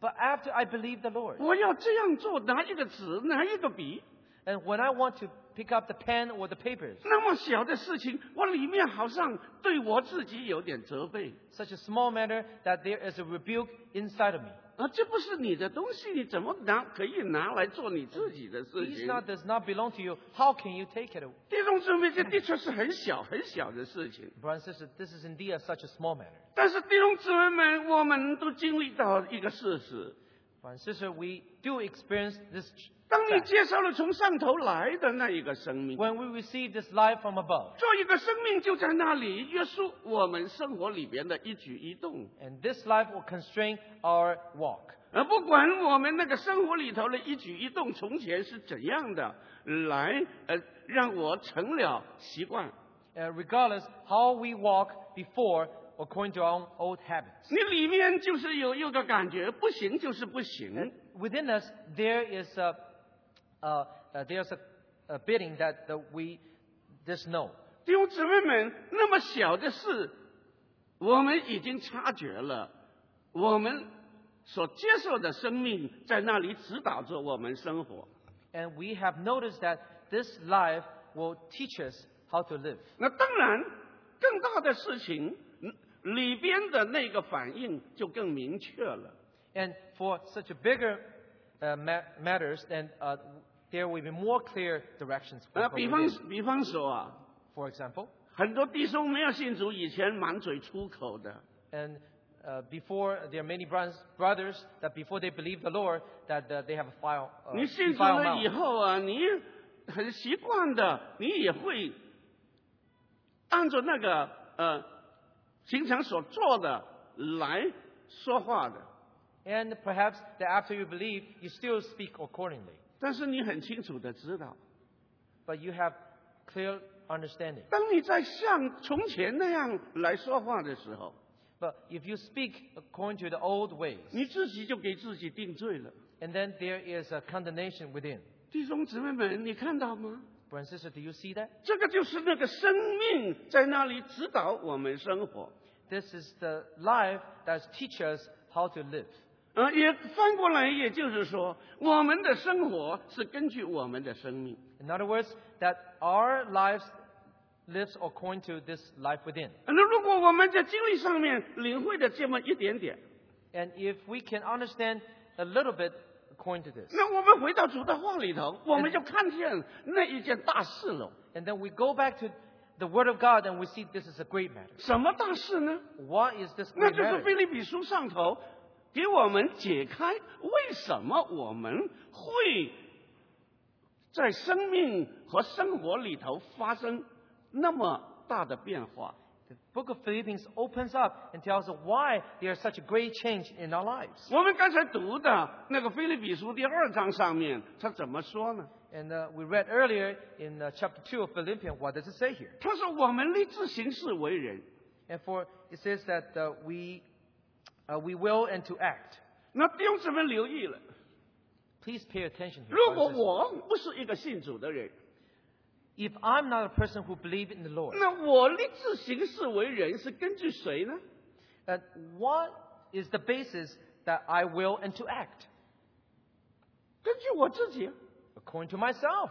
B: But after I believe the Lord,
A: 我要这样做，拿一个纸，拿一个笔，
B: and when I want to pick up the pen or the papers,
A: 那么小的事情，我里面好像对我自己有点责备。
B: such a small matter that there is a rebuke inside of me.
A: 啊，这不是你的东西，你怎么拿可以拿来做你自己的事
B: This
A: 情？
B: not, does not belong to you. How can you take it?
A: 弟兄姊妹，这的确是很小很小的事情，
B: Brothers and sisters, this is indeed a- such a small matter.
A: 但是弟兄姊妹们，我们都经历到一个事实：
B: Brothers and sisters, we do experience this. tr-
A: 当你
B: fact.
A: 接受了从上头来的那一个生命，
B: When we receive this life from above,
A: 做一个生命就在那里约束我们生活里边的一举一动，
B: and this life will constrain our walk.
A: 而不管我们那个生活里头的一举一动从前是怎样的，来呃让我成了习惯。
B: Uh, regardless how we walk before according to our own old habits.
A: 你里面就是有一个感觉，不行就是不行。
B: Within us, there is a, uh, uh, there's a, a bidding that, that we just know.
A: 弟兄姊妹们，那么小的事，我们已经察觉了，我们所接受的生命在那里指导着我们生活。
B: And we have noticed that this life will teach us how to live.
A: 那当然，更大的事情嗯里边的那个反应就更明确了。
B: And for such a bigger uh, ma- matters, then uh, there will be more clear directions. for
A: 呃，
B: what
A: 比
B: we
A: 方
B: do.
A: 比方说啊，
B: For example,
A: 很多弟兄没有信主以前满嘴粗口的，
B: and uh, before there are many brothers, brothers that before they believe the Lord, that uh, they have a file. Uh,
A: 你信主
B: defiled
A: 了
B: mouth.
A: 以后啊，你很习惯的，你也会按照那个呃平常所做的来说话的。
B: And perhaps that after you believe, you still speak accordingly,
A: 但是你很清楚的知道，
B: but you have clear understanding.
A: 当你在像从前那样来说话的时候，
B: But if you speak according to the old ways,
A: 你自己就给自己定罪了。
B: and then there is a condemnation within.
A: 弟兄姊妹们，你看到吗？
B: Brothers and sisters, do you see that?
A: 这个就是那个生命在那里指导我们生活。
B: This is the life that teaches us how to live.
A: 呃，也翻过来，也就是说，我们的生活是根据我们的生命。
B: In other words, that our lives lives according to this life within.
A: 那如果我们在经历上面领会的这么一点点，
B: And if we can understand a little bit according to this,
A: 那我们回到主的话里头，我们就看见那一件大事了。
B: and then we go back to the Word of God and we see this is a great matter.
A: 什么大事呢？
B: What is this
A: 那
B: great
A: 就是
B: matter?
A: 菲利比书上头给我们解开为什么我们会在生命和生活里头发生那么大的变化。
B: The book of Philippians opens up and tells us why there is such a great change in our lives.
A: 我们刚才读的那个菲利比书第二章上面，他怎么说呢？
B: And uh, we read earlier in uh, chapter 2 of Philippians, what does it say here?
A: 他说：“我们立志行事为人，
B: And for it says that uh, we, uh, we will and to act.
A: 那弟兄姊妹留意了，
B: Please pay attention here.
A: 如果
B: brothers and
A: 我不是一个信主的人，
B: sisters. If I'm not a person who believes in the Lord,
A: 那我立志行事为人是根据谁呢？
B: uh, what is the basis that I will and to act?
A: 根据我自己啊，
B: According to myself,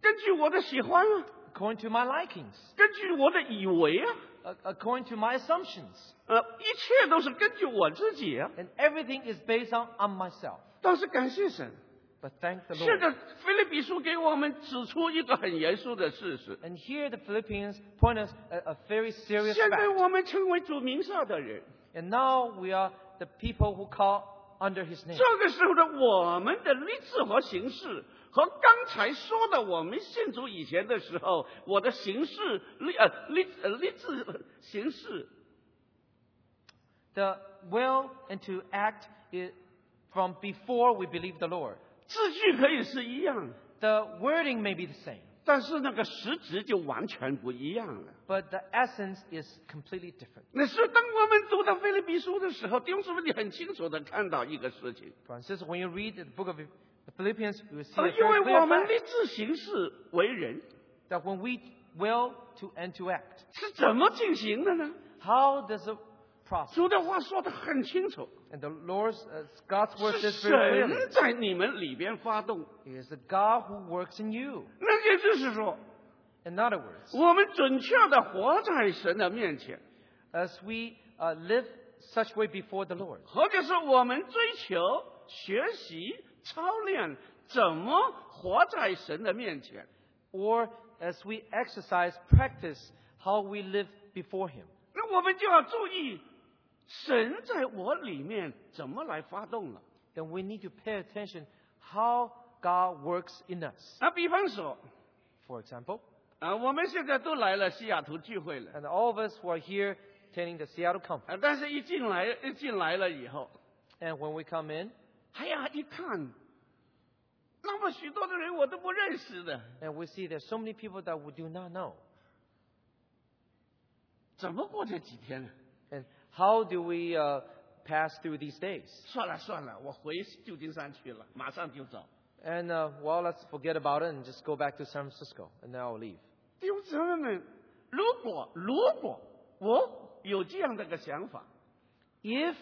A: 根据我的喜欢啊，
B: according to my likings,
A: 根据我的以为啊，
B: a- according to my assumptions.
A: 呃，一切都是根据我自己啊。
B: And everything is based on, on myself.
A: 但是感谢神，
B: But thank the
A: 现
B: Lord.
A: 在菲利比书给我们指出一个很严肃的事实：
B: And here the Philippians point us a, a very serious
A: 现在
B: fact.
A: 我们成为主名下的人。
B: And now we are the people who call under his name.
A: 这个时候的我们的立志和行事，和刚才说的我们信主以前的时候，我的行事立呃立呃立志行事，
B: The will and to act i- from before we believe the Lord
A: 字句可以是一样，
B: The wording may be the same,
A: 但是那个实质就完全不一样了。
B: but the essence is completely different.
A: 那是当我们读到菲利比书的时候，弟兄姊妹，你很清楚的看到一个事情，
B: Brothers and sisters, when you read the book of Philippians, you will see
A: 啊，
B: a
A: 因为
B: very
A: 我
B: clear
A: 们
B: fact
A: 立志行事为人
B: that when we will to and to act,
A: 是怎么进行的呢？
B: how does the process
A: 主的话说的很清楚，
B: and the Lord's uh, God's word
A: 是
B: says very
A: 神
B: clearly,
A: 在你们里边发动。
B: it is the God who works in you.
A: 那也就是说，
B: In other words,
A: 我们准确的活在神的面前，
B: as we uh, live such way before the Lord,
A: 或者是我们追求、学习、操练怎么活在神的面前，
B: or as we exercise, practice how we live before Him.
A: 那我们就要注意神在我里面怎么来发动了。
B: Then we need to pay attention how God works in us.
A: 啊，比方说，
B: For example,
A: 啊，我们现在都来了西雅图聚会了，
B: and all of us who are here attending the Seattle conference,
A: 啊，但是一进来一进来了以后，
B: and when we come in
A: 哎呀，一看，那么许多的人我都不认识的，
B: and we see there's so many people that we do not know,
A: 怎么过这几天呢？
B: and how do we uh, pass through these days?
A: 算了算了，我回旧金山去了，马上就走。
B: And uh, well, let's forget about it and just go back to San Francisco, and then I'll leave.
A: 弟兄姊妹们，如果如果我有这样的个想法，
B: If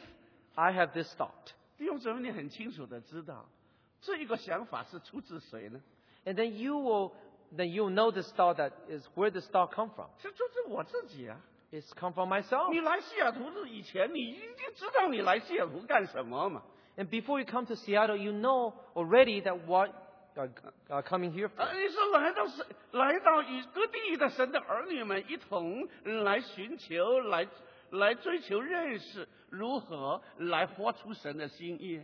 B: I have this thought,
A: 弟兄姊妹你很清楚的知道，这一个想法是出自谁呢？
B: and then you will, then you'll know this thought that is where this thought come from.
A: 是出自我自己啊！
B: It's come from myself.
A: 你来西雅图的以前，你已经知道你来西雅图干什么嘛？
B: And before you come to Seattle, you know already that what are, are coming here for.
A: 啊，你是来到神，来到与各地的神的儿女们一同来寻求，来来追求认识，如何来活出神的心意。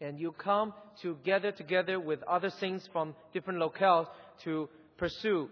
B: And you come to gather together with other saints from different locales to pursue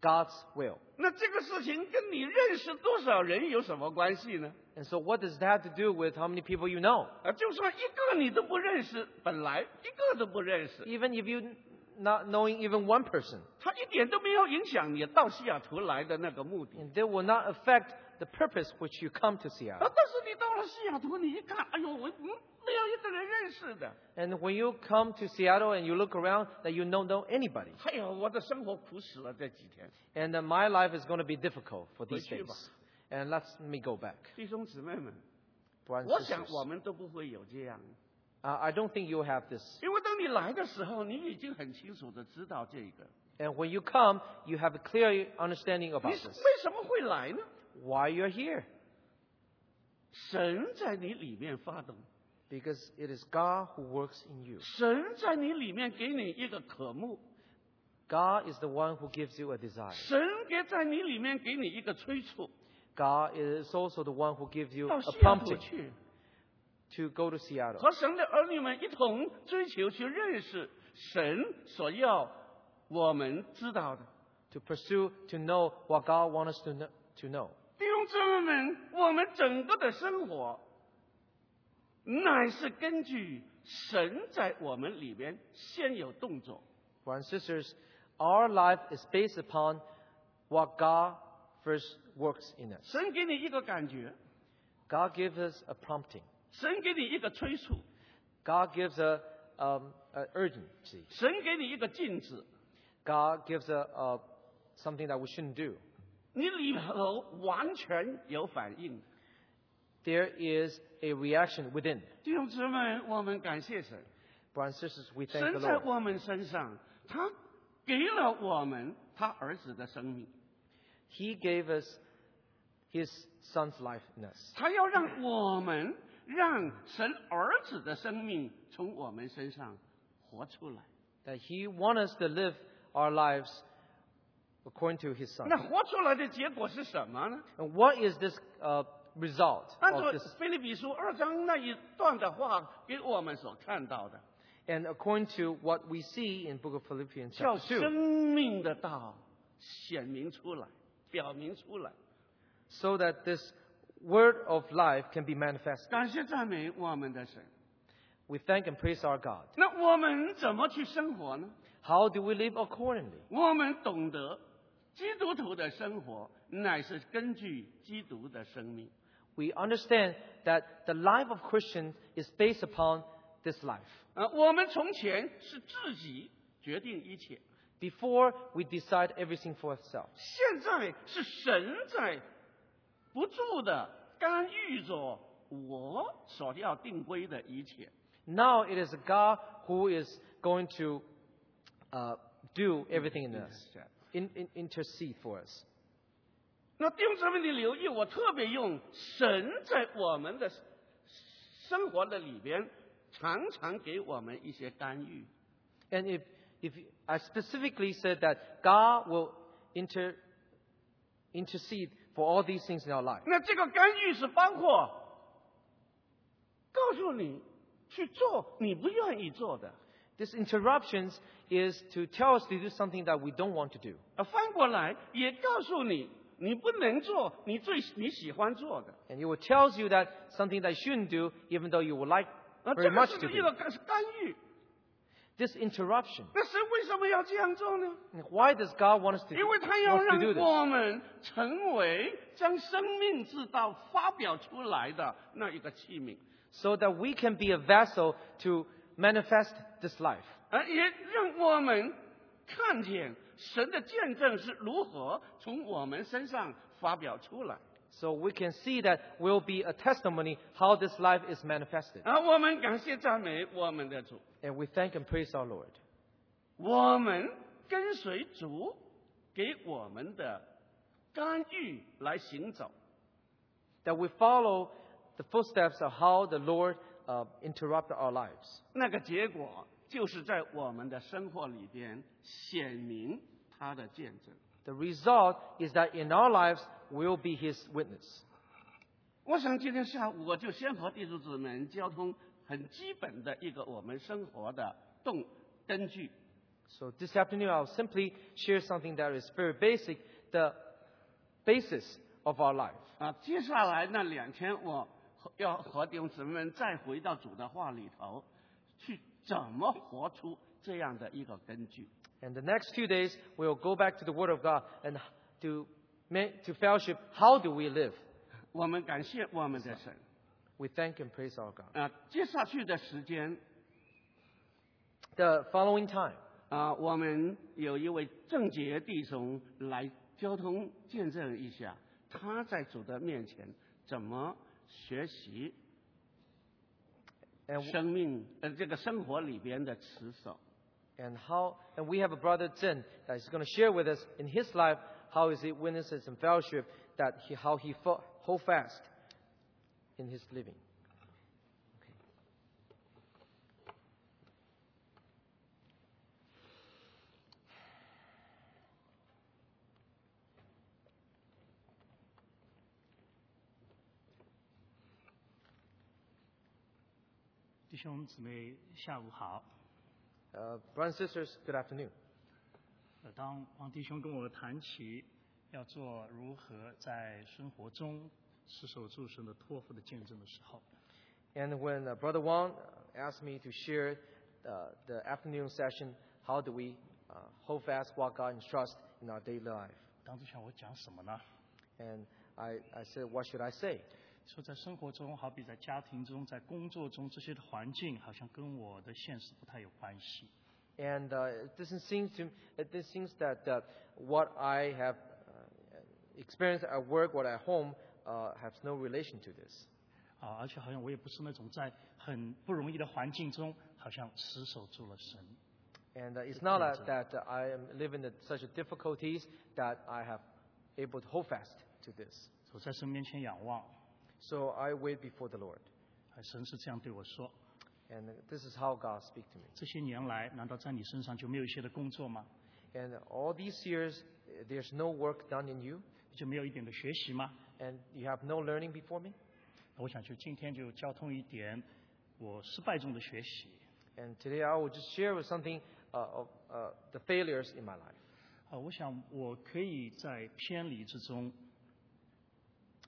B: God's will.
A: 那这个事情跟你认识多少人有什么关系呢？
B: And so what does that have to do with how many people you know?
A: 啊，就说一个你都不认识，本来一个都不认识，
B: Even if you not knowing even one person,
A: 他一点都没有影响你到西雅图来的那个目的。
B: and that will not affect the purpose which you come to
A: 啊，
B: Seattle.
A: 但是你到了西雅图，你一看，哎呦，我嗯，没有一个人认识的，
B: And when you come to Seattle and you look around, that you don't know anybody.
A: 哎呦，我的生活苦死了这几天。
B: And that my life is going to be difficult for these
A: Let's
B: things.
A: give up.
B: And let's, let me go back.
A: 弟兄姊妹们，
B: Brothers
A: 我
B: and
A: 想
B: sisters.
A: 我们都不会有这样，
B: Uh, I don't think you'll have this.
A: 因为当你来的时候，你已经很清楚的知道这个。
B: And when you come, you have a clear understanding
A: 你
B: about
A: 是
B: this.
A: 为什么会来呢？
B: Why you're here?
A: 神在你里面发动，
B: Because it is God who works in you.
A: 神在你里面给你一个渴慕，
B: God is the one who gives you a desire.
A: 神给在你里面给你一个催促，
B: God is also the one who gives you
A: 到
B: a
A: 西雅图
B: prompting
A: 去，
B: to go to Seattle
A: 和神的儿女们一同追求去认识神所要我们知道的。
B: to pursue to know what God wants us to know. To know.
A: 弟兄姊妹们，我们整个的生活，乃是根据神在我们里边先有动作，
B: Brothers and sisters, our life is based upon what God first works in us.
A: 神给你一个感觉，
B: God gives us a prompting.
A: 神给你一个催促，
B: God gives a, um, a urgency.
A: 神给你一个禁止，
B: God gives a, a something that we shouldn't do.
A: 你里头完全有反应。
B: There is a reaction within.
A: 弟兄姊妹，我们感谢神，
B: Brothers and sisters, we thank
A: 神
B: the
A: 在
B: Lord.
A: 我们身上，他给了我们他儿子的生命，
B: He gave us His Son's life in us.
A: 他要让我们让神儿子的生命从我们身上活出来。
B: That He wants us to live our lives according to His Son.
A: 那活出来的结果是什么呢？
B: And what is this uh, result
A: 按照
B: of this?
A: 菲利比书二章那一段的话，给我们所看到的，
B: And according to what we see in Book of Philippians
A: 叫
B: chapter 2,
A: 生命的道显明出来，表明出来。
B: so that this word of life can be manifested.
A: 感谢赞美我们的神，
B: We thank and praise our God.
A: 那我们怎么去生活呢？
B: How do we live accordingly?
A: 我们懂得，基督徒的生活乃是根据基督的生命。
B: We understand that the life of Christian is based upon this life.
A: 呃，我们从前是自己决定一切，
B: Before we decide everything for ourselves,
A: 现在是神在不住的干预着我所要定规的一切。
B: now it is God who is going to uh, do everything in us, in, in, intercede for us.
A: 那弟兄姊妹，你留意，我特别用神在我们的生活的里边，常常给我们一些干预。
B: And if, if I specifically said that God will inter, intercede for all these things in our life,
A: 那这个干预是包括告诉你去做你不愿意做的，
B: this interruptions is to tell us to do something that we don't want to do.
A: 呃，翻过来也告诉你你不能做你最你喜欢做的。
B: And it will tells you that something that you shouldn't do, even though you would like
A: 啊，这个
B: very much
A: 是
B: to
A: 一
B: do.
A: 个干干预。
B: This interruption.
A: 那神为什么要这样做呢？
B: Why does God want us to,
A: 因为他要
B: want us
A: 让
B: to do this?
A: 我们成为将生命之道发表出来的那一个器皿，
B: So that we can be a vessel to manifest this life.
A: 而也让我们看见神的见证是如何从我们身上发表出来。
B: So we can see that we'll be a testimony how this life is manifested.
A: 而啊我们感谢赞美我们的主，
B: And we thank and praise our Lord.
A: 我们跟随主给我们的干预来行走。
B: that we follow the footsteps of how the Lord uh, interrupted our lives.
A: 那个结果就是在我们的生活里边显明他的见证。
B: The result is that in our lives we'll be His witness.
A: 我想今天下午我就先和弟兄姊妹们交通很基本的一个我们生活的动根据。
B: So this afternoon I'll simply share something that is very basic, the basis of our life.
A: 啊，接下来那两天我和要和弟兄姊妹们再回到主的话里头，去怎么活出这样的一个根据。
B: And the next two days we'll go back to the Word of God and to ma- to fellowship. How do we live?
A: 我们感谢我们的神
B: We thank and praise our God.
A: 啊！接下去的时间
B: The following time,
A: 啊，我们有一位正洁弟兄来交通见证一下，他在主的面前怎么学习
B: and
A: 生命呃这个生活里边的持守。
B: and how and we have a brother Zen that is going to share with us in his life how is it witnesses and fellowship that he, how he fo- hold fast in his living.
C: 弟兄姊妹，下午好。
B: Uh, brothers and sisters, good afternoon.
C: 呃，当王弟兄跟我谈起要做如何在生活中持守住神的托付的见证的时候，
B: And when uh, Brother Wang uh, asked me to share uh, the afternoon session, how do we uh, hold fast what God entrusts in our daily life?
C: 当时想我讲什么呢？
B: And I, I said, what should I say?
C: 说在生活中，好比在家庭中、在工作中这些的环境，好像跟我的现实不太有关系。
B: And uh, it doesn't seem to it just seems that uh, what I have uh, experienced at work or at home uh, has no relation to this.
C: 啊，而且好像我也不是那种在很不容易的环境中，好像持守住了神。
B: And uh, it's not that, that I am living in such difficulties that I have able to hold fast to this.
C: 我在神面前仰望，
B: So I wait before the Lord.
C: 啊神是这样对我说：
B: And this is how God speaks to me.
C: 这些年来，难道在你身上就没有一些的工作吗？
B: And all these years, uh, there's no work done in you,
C: 就没有一点的学习吗？
B: and you have no learning before me.
C: 我想就今天就交通一点我失败中的学习。
B: And today I will just share with something uh, of uh, the failures in my life.
C: 呃，我想我可以在偏离之中，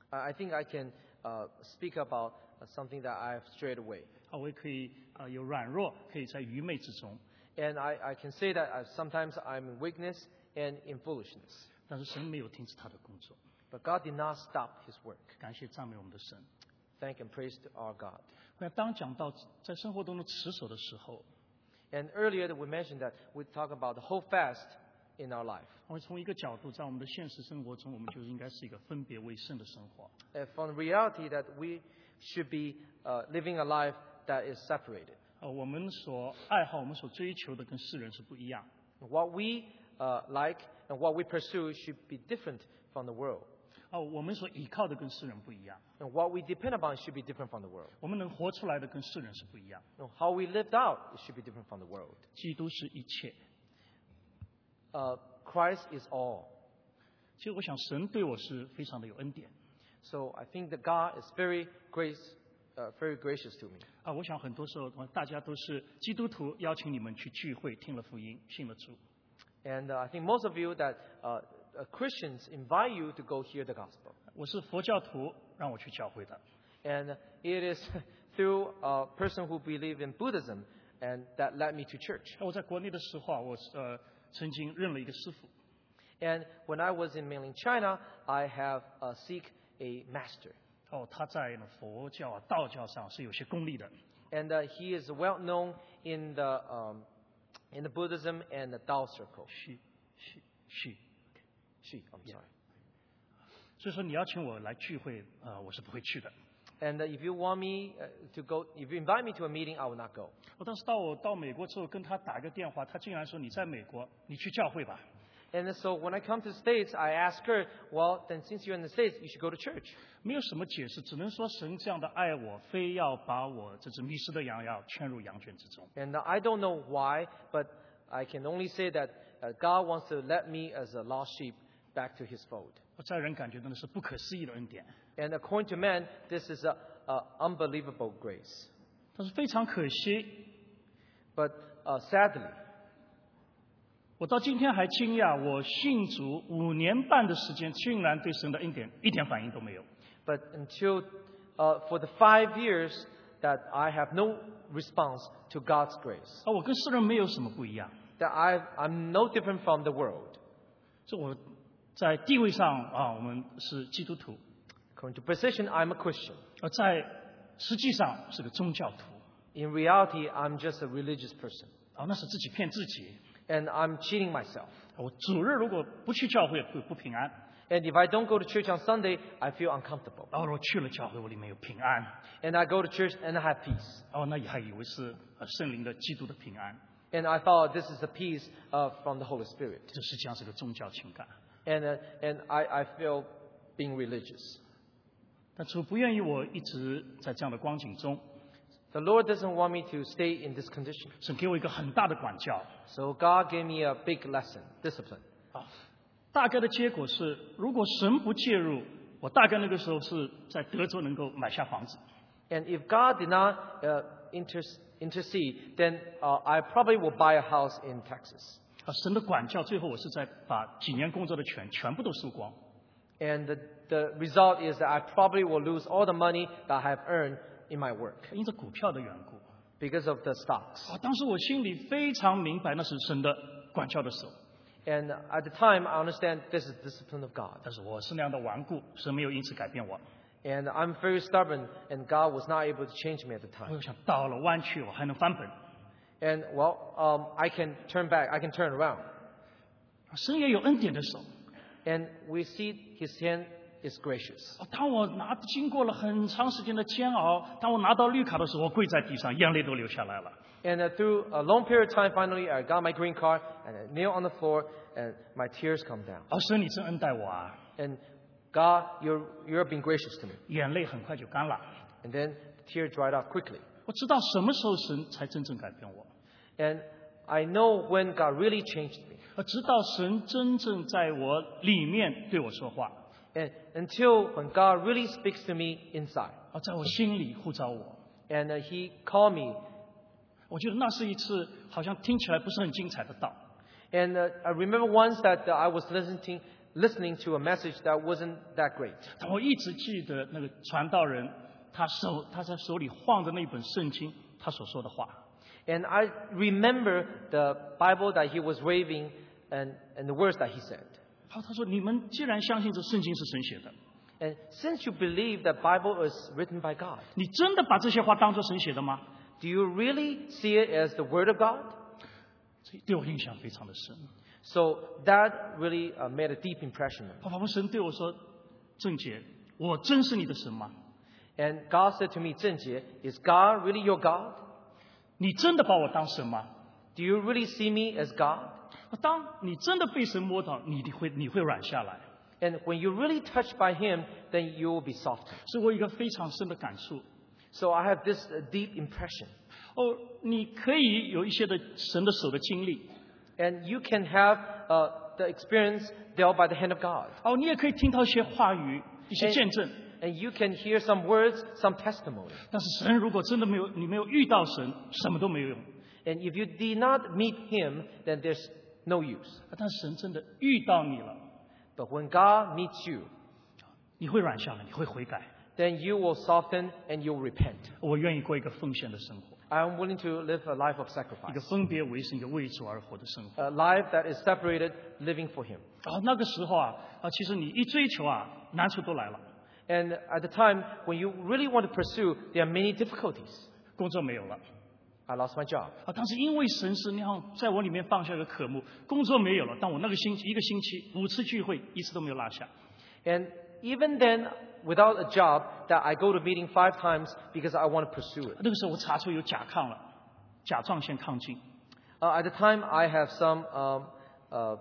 B: I I think I can uh, uh, speak about uh, something that I have strayed away.
C: 啊，我也可以啊、有软弱，可以在愚昧之中。
B: And I, I can say that uh, sometimes I'm in weakness and in foolishness.
C: 但是神没有停止他的工作，
B: But God did not stop his work.
C: 感谢赞美我们的神。
B: Thank and praise to our God.
C: 那当讲到在生活中的持守的时候，
B: And earlier that we mentioned that we talk about the whole fast in our life.
C: 我们从一个角度，在我们的现实生活中，我们就应该是一个分别为圣的生活。
B: And from the reality that we should be uh, living a life that is separated.
C: 呃，我们所爱好、我们所追求的跟世人是不一样。
B: What we uh, like and what we pursue should be different from the world.
C: 啊，我们所依靠的跟世人不一样，
B: And what we depend upon should be different from the world.
C: 我们能活出来的跟世人是不一样。
B: You know, how we lived out it should be different from the world.
C: 基督是一切。
B: Uh, Christ is all.
C: 其实我想，神对我是非常的有恩典
B: So I think that God is very grace, uh, very gracious to me.
C: 啊。我想很多时候，大家都是基督徒，邀请你们去聚会，听了福音，信了主。
B: And uh, I think most of you that uh, uh, Christians invite you to go hear the gospel.
C: 我是佛教徒，让我去教会的。
B: And it is through a person who believe in Buddhism and that led me to church.
C: 我在国内的时候啊，我呃曾经认了一个师傅，
B: And when I was in mainland China, I have uh, seek a master.
C: 哦，他在佛教、啊、道教上是有些功力的，
B: And uh, he is well known in the, um, in the Buddhism and the Tao circle.
C: 是是是。
B: She, I'm sorry.
C: 所以说你邀请我来聚会，呃，我是不会去的。
B: And uh, if you want me uh, to go, if you invite me to a meeting, I will not go.
C: 我当时哦到我到美国之后，跟他打个电话，他竟然说你在美国，你去教会吧。
B: And uh, so when I come to the States, I ask her, well, then since you're in the States, you should go to church.
C: 没有什么解释，只能说神这样的爱我，非要把我这只迷失的羊要圈入羊圈之中。
B: And uh, I don't know why, but I can only say that uh, God wants to let me as a lost sheep back to his fold.
C: 我在人感觉真的是不可思议的恩典，
B: And according to man, this is a, a unbelievable grace.
C: 但是非常可惜，
B: But uh, sadly,
C: 我到今天还惊讶，我信主五年半的时间，竟然对神的恩典一点反应都没有。
B: but until uh, for the five years that I have no response to God's grace,
C: 啊，我跟世人没有什么不一样，
B: that I, I'm no different from the world.
C: 这我在地位上啊，我们是基督徒，
B: According to position, I'm a Christian.
C: 而在实际上是个宗教徒
B: In reality, I'm just a religious person.
C: 啊，那是自己骗自己。
B: And I'm cheating myself.
C: 我主日如果不去教会会不平安，
B: And if I don't go to church on Sunday, I feel uncomfortable.
C: 然后我去了教会，我里面有平安，
B: And I go to church and I have peace.
C: 哦，那也还以为是呃圣灵的基督的平安，
B: And I thought this is the peace uh, from the Holy Spirit.
C: 这实际上是个宗教情感。
B: And, uh, and I, I feel being religious.
C: 但主不愿意我一直在这样的光景中，
B: The Lord doesn't want me to stay in this condition.
C: 神给我一个很大的管教
B: So God gave me a big lesson, discipline.
C: 啊。大概的结果是，如果神不介入，我大概那个时候是在德州能够买下房子。
B: And if God did not uh, inter- intercede, then uh, I probably will buy a house in Texas.
C: 啊，神的管教，最后我是在把几年工作的钱全部都输光。
B: And the, the result is that I probably will lose all the money that I have earned in my work
C: 因着股票的缘故，
B: because of the stocks.
C: 啊，当时我心里非常明白那是神的管教的手，
B: And at the time, I understand this is discipline of God.
C: 但是我是那样的顽固，神没有因此改变我。
B: And I'm very stubborn, and God was not able to change me at the
C: 我
B: time.
C: 又想到了湾区，我还能翻本。
B: And well, um, I can turn back, I can turn around.
C: 神也有恩典的手。
B: And we see His hand is gracious.
C: 啊当我拿经过了很长时间的煎熬，当我拿到绿卡的时候，我跪在地上，眼泪都流下来了。
B: And uh, through a long period of time, finally, I got my green card, and I kneel on the floor, and my tears come down.
C: 啊，神，你真恩待我啊！
B: And God, you're, you're being gracious to me.
C: 眼泪很快就干了。
B: And then the tear dried up quickly.
C: 我知道什么时候神才真正改变我，
B: And I know when God really changed me.
C: 而直到神真正在我里面对我说话，
B: And until when God really speaks to me inside.
C: 啊，在我心里呼召我。
B: And uh, he called me.
C: 我觉得那是一次好像听起来不是很精彩的道，
B: And uh, I remember once that uh, I was listening, listening to a message that wasn't that great.
C: 但我一直记得那个传道人，他手他在手里晃着那本圣经，他所说的话。
B: And I remember the Bible that he was waving and, and the words that he said.
C: 好，他说：“你们既然相信这圣经是神写的，
B: And since you believe that Bible is written by God,
C: 你真的把这些话当做神写的吗
B: do you really see it as the Word of God?？”
C: 这对我印象非常的深。
B: So that really uh, made a deep impression. on me.
C: 他仿佛神对我说：“郑杰，我真是你的神吗？
B: And God said to me, Jinjie, is God really your God?
C: 你真的把我当神吗
B: Do you really see me as God?？”
C: 当你真的被神摸到，你你会你会软下来。
B: And when you're really touched by Him, then you will be softened.
C: 是我一个非常深的感触。
B: So I have this uh, deep impression.
C: 哦，你可以有一些的神的手的经历，
B: And you can have uh, the experience dealt by the hand of God.
C: 哦，你也可以听到一些话语、一些见证。
B: And you can hear some words, some testimony.
C: 但是神如果真的没有你没有遇到神，什么都没有用。
B: And if you did not meet Him, then there's no use.
C: 但神真的遇到你了，
B: But when God meets you,
C: 你会软下来，你会悔改。
B: then you will soften and you'll repent.
C: 我愿意过一个奉献的生活，
B: I am willing to live a life of
C: 一个
B: sacrifice,
C: 分别为圣、一个为主而活的生活。
B: a life that is separated, living for Him.
C: 啊，那个时候啊，啊，其实你一追求啊，难处都来了，
B: And at the time when you really want to pursue, there are many difficulties.
C: 工作没有了
B: I lost my job.
C: 啊，但是因为神是那样在我里面放下一个渴慕，工作没有了，但我那个星期一个星期五次聚会，一次都没有落下。
B: And even then, without a job, that I go to meeting five times because I want to pursue it.
C: 那个时候我查出有甲亢了，甲状腺亢进
B: Uh, at the time, I have some um, uh,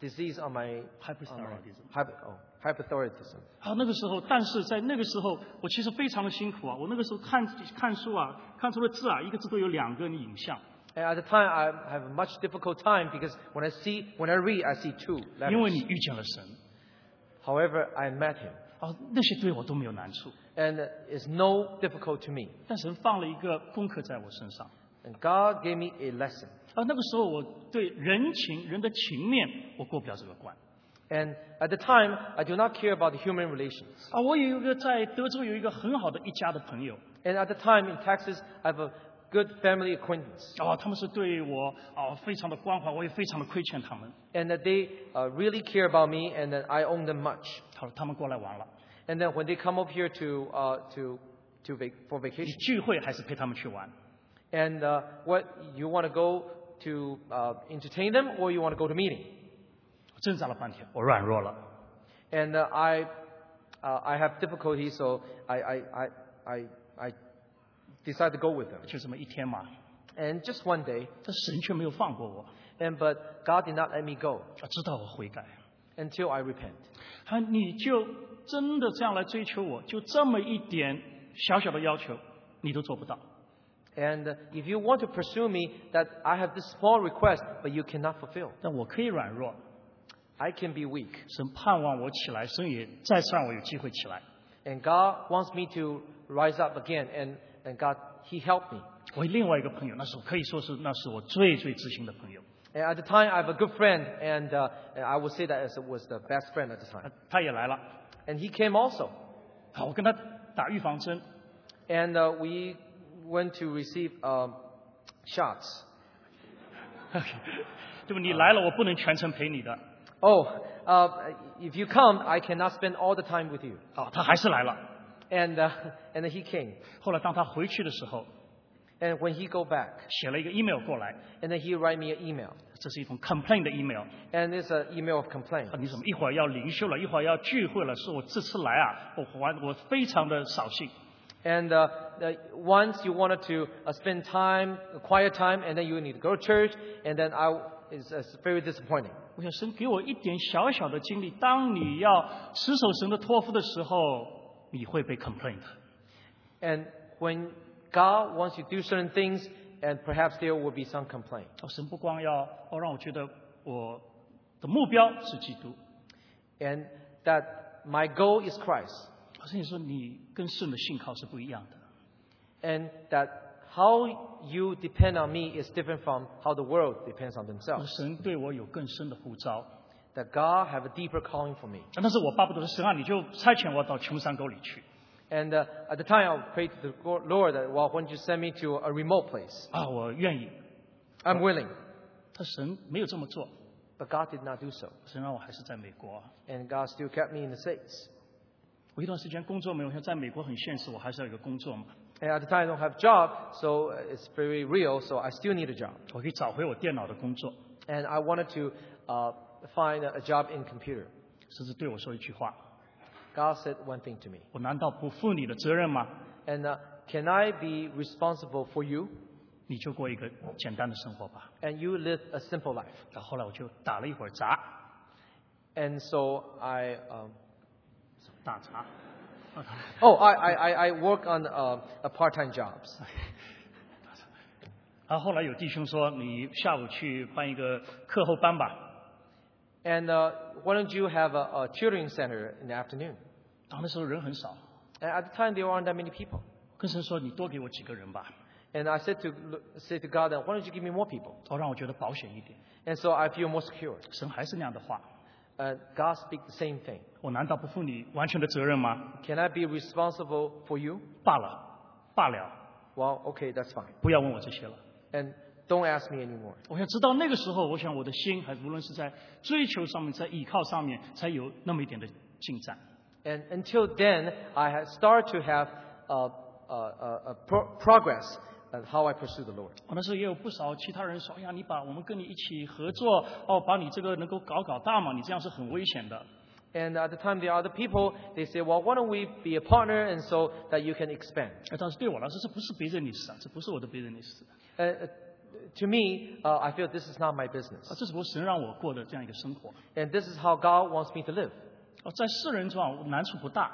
B: disease on my on my-
C: （hyperthyroidism）。
B: hypo- oh, hypothyroidism.
C: 啊，那个时候，但是在那个时候，我其实非常的辛苦啊。我那个时候看看书啊，看出了字啊，一个字都有两个影像，
B: And at the time, I have a much difficult time because when I see, when I read, I see two
C: 因为你
B: letters.
C: 遇见了神
B: However, I met him,
C: 啊，那些对我都没有难处。
B: and it's no difficult to me.
C: 但神放了一个功课在我身上
B: And God gave me a lesson.
C: 啊。那个时候我对人情、人的情面，我过不了这个关
B: And at the time, I do not care about the human relations.
C: 啊。我有一个在德州有一个很好的一家的朋友
B: And at the time in Texas, I have a good family acquaintance,
C: 啊，他们是对我啊非常的关怀，我也非常的亏欠他们。
B: and that they uh, really care about me, and that I owe them much.
C: 他说他们过来玩了，
B: And then when they come up here to uh, to to vac- for
C: 你
B: vacation,
C: 聚会还是陪他们去玩。
B: and uh, what you want to go to uh, entertain them, or you want to go to meeting,
C: 我挣扎了半天，我软弱了。
B: and uh, I uh, I have difficulty, so I I I I, I decide to go with them.
C: 就这么一天嘛，
B: And just one day,
C: 但神却没有放过我，
B: and but God did not let me go
C: 他知道我悔改，
B: until I repent.
C: 他说你就真的这样来追求我，就这么一点小小的要求，你都做不到。
B: And uh, if you want to pursue me, that I have this small request, but you cannot fulfill.
C: 但我可以软弱，
B: I can be weak,
C: 神盼望我起来，神也再次让我有机会起来。
B: and God wants me to rise up again. And and God, He helped me.
C: 我另外一个朋友，那是我可以说是那是我最最知心的朋友，
B: And at the time, I have a good friend, and, uh, and I would say that as it was the best friend at the
C: 他
B: time.
C: 他也来了，
B: And he came also,
C: 好，我跟他打预防针，
B: and uh, we went to receive um, shots.
C: 对吧？你来了，我不能全程陪你的。
B: Oh, uh, if you come, I cannot spend all the time with you.
C: 啊，他还是来了。
B: And uh, and he came,
C: 后来当他回去的时候，
B: and when he go back,
C: 写了一个 email 过来，
B: and then he write me an email,
C: 这是一封 complaint 的 email。
B: and it's an email of complaint.
C: 啊，你怎么一会儿要灵修了，一会儿要聚会了？是我这次来啊，我还我非常的扫兴。
B: And uh, uh, once you wanted to uh, spend time, quiet time, and then you need to go to church, and then I it's, it's very disappointing.
C: 我想神给我一点小小的经历，当你要持守神的托付的时候，你会被 complain 的。
B: And when God wants you to do certain things, and perhaps there will be some complaint.
C: 哦，神不光要哦让我觉得我的目标是基督，
B: And that my goal is Christ,
C: 好像也说你跟圣的信靠是不一样的。
B: and that how you
C: 哦
B: depend on me is different from how the world depends on
C: 而
B: themselves.
C: 神对我有更深的呼召，啊
B: that God have a deeper calling for me.
C: 但是我巴不得神啊，你就差遣我到穷山沟里去
B: And uh, at the time, I prayed to the Go- Lord that, well, why don't you send me to a remote place?
C: 啊，我愿意。
B: I'm willing.
C: 但神没有这么做，
B: But God did not do so.
C: 神让我还是在美国。
B: And God still kept me in the States.
C: 我一段时间工作没有，像在美国很现实，我还是要有一个工作嘛，
B: And at the time, I don't have a job, so uh, it's very real, so I still need a job.
C: 我可以找回我电脑的工作。
B: And I wanted to uh, find a a job in computer.
C: 甚至对我说一句话
B: God said one thing to me.
C: 我难道不负你的责任吗？
B: And uh, can I be responsible for you?
C: 你就过一个简单的生活吧。
B: And you live a simple life.
C: 然后后来我就打了一会儿杂，
B: And so I, um,
C: 打杂，
B: oh, I, I, I- I work on uh, a part-time jobs.
C: 然后后来有弟兄说你下午去办一个课后班吧。
B: And uh, why don't you have a, a tutoring center in the afternoon?
C: 然后那时候人很少，
B: And at the time, there aren't that many people.
C: 跟神说你多给我几个人吧，
B: And I said to said to God, why don't you give me more people?
C: 哦，让我觉得保险一点。
B: And so I feel more secure.
C: 神还是那样的话，
B: Uh, God speak the same thing.
C: 我难道不负你完全的责任吗？
B: Can I be responsible for you?
C: 罢了，罢了，
B: Well, okay, that's fine.
C: 不要问我这些了。
B: And don't ask me anymore.
C: 我想知道那个时候，我想我的心还无论是在追求上面，在依靠上面，才有那么一点的进展。
B: And until then, I had started to have uh, uh, uh, uh, pro- progress on how I pursue the Lord.
C: 我那时候也有不少其他人说：“哎呀，你把我们跟你一起合作，哦，把你这个能够搞搞大嘛，你这样是很危险的。
B: And at the time, there are other people, they say, well, why don't we be a partner and so that you can expand? ”
C: 哎，但是对我来说，这不是 business 啊，这不是我的 business 啊，
B: Uh, uh, to me, uh, I feel this is not my business.
C: 这是我神让我过的这样一个生活。
B: And this is how God wants me to live.
C: 哦，在世人中啊，难处不大，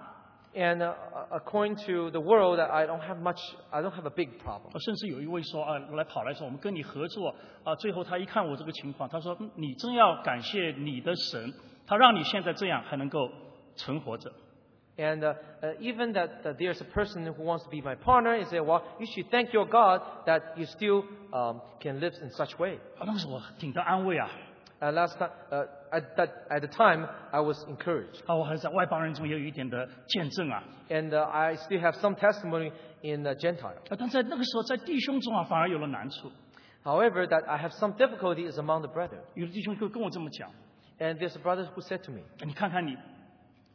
B: And uh, according to the world, I don't have much, I don't have a big problem.
C: 哦，甚至有一位说啊，来跑来说，我们跟你合作啊，最后他一看我这个情况，他说：“嗯你真要感谢你的神，他让你现在这样还能够存活着。啊
B: And uh, uh, even that, that there's a person who wants to be my partner and say, well, you should thank your God that you still um, can live in such way. ”
C: 啊，那时候我挺得安慰啊，
B: And last time, uh, at, that, at the time, I was encouraged.
C: 啊，我还在外邦人中也有一点的见证啊。
B: And uh, I still have some testimony in the Gentile.
C: 啊，但在那个时候，在弟兄中啊，反而有了难处。
B: However, that I have some difficulties among the brethren.
C: 有的弟兄就跟我这么讲：，啊
B: And there's a brother who said to me,
C: 你看看你，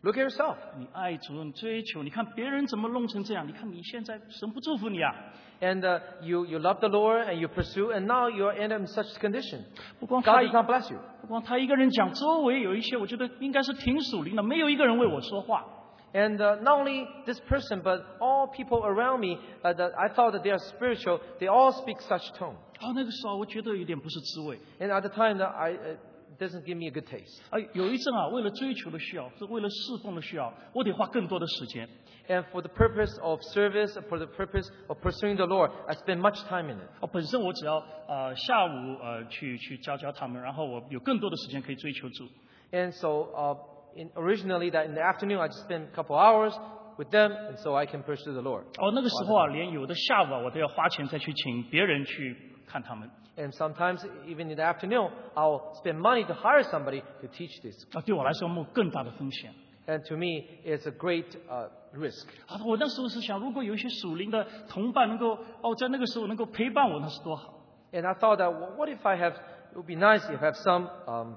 B: look at yourself.
C: 你爱主任追求，你看别人怎么弄成这样？你看你现在神不祝福你啊！
B: And uh, you, you love the Lord and you pursue, and now you're in, in such condition.
C: 不光他
B: God does not bless you.
C: 不光他一个人讲，周围有一些我觉得应该是挺属灵的，没有一个人为我说话。
B: And uh, not only this person, but all people around me uh, that I thought that they are spiritual, they all speak such tone.
C: 啊，那个时候我觉得有点不是滋味。
B: And at the time, that I uh, doesn't give me a good taste.
C: 啊，有一阵啊，为了追求的需要，是为了侍奉的需要，我得花更多的时间。
B: And for the purpose of service, for the purpose of pursuing the Lord, I spend much time in it.
C: 啊，本身我只要呃下午呃去去教教他们，然后我有更多的时间可以追求主。
B: And so, uh, in, originally, that in the afternoon, I just spend a couple hours with them, and so I can pursue the Lord.
C: 哦，那个时候啊，连有的下午啊，我都要花钱再去请别人去看他们。
B: And sometimes, even in the afternoon, I'll spend money to hire somebody to teach this.
C: 啊，对我来说，冒更大的风险。
B: And to me, it's a great uh, risk.
C: 啊，我那时候是想，如果有一些属灵的同伴能够哦，在那个时候能够陪伴我，那是多好。
B: And I thought that, well, what if I have, it would be nice if I have some um,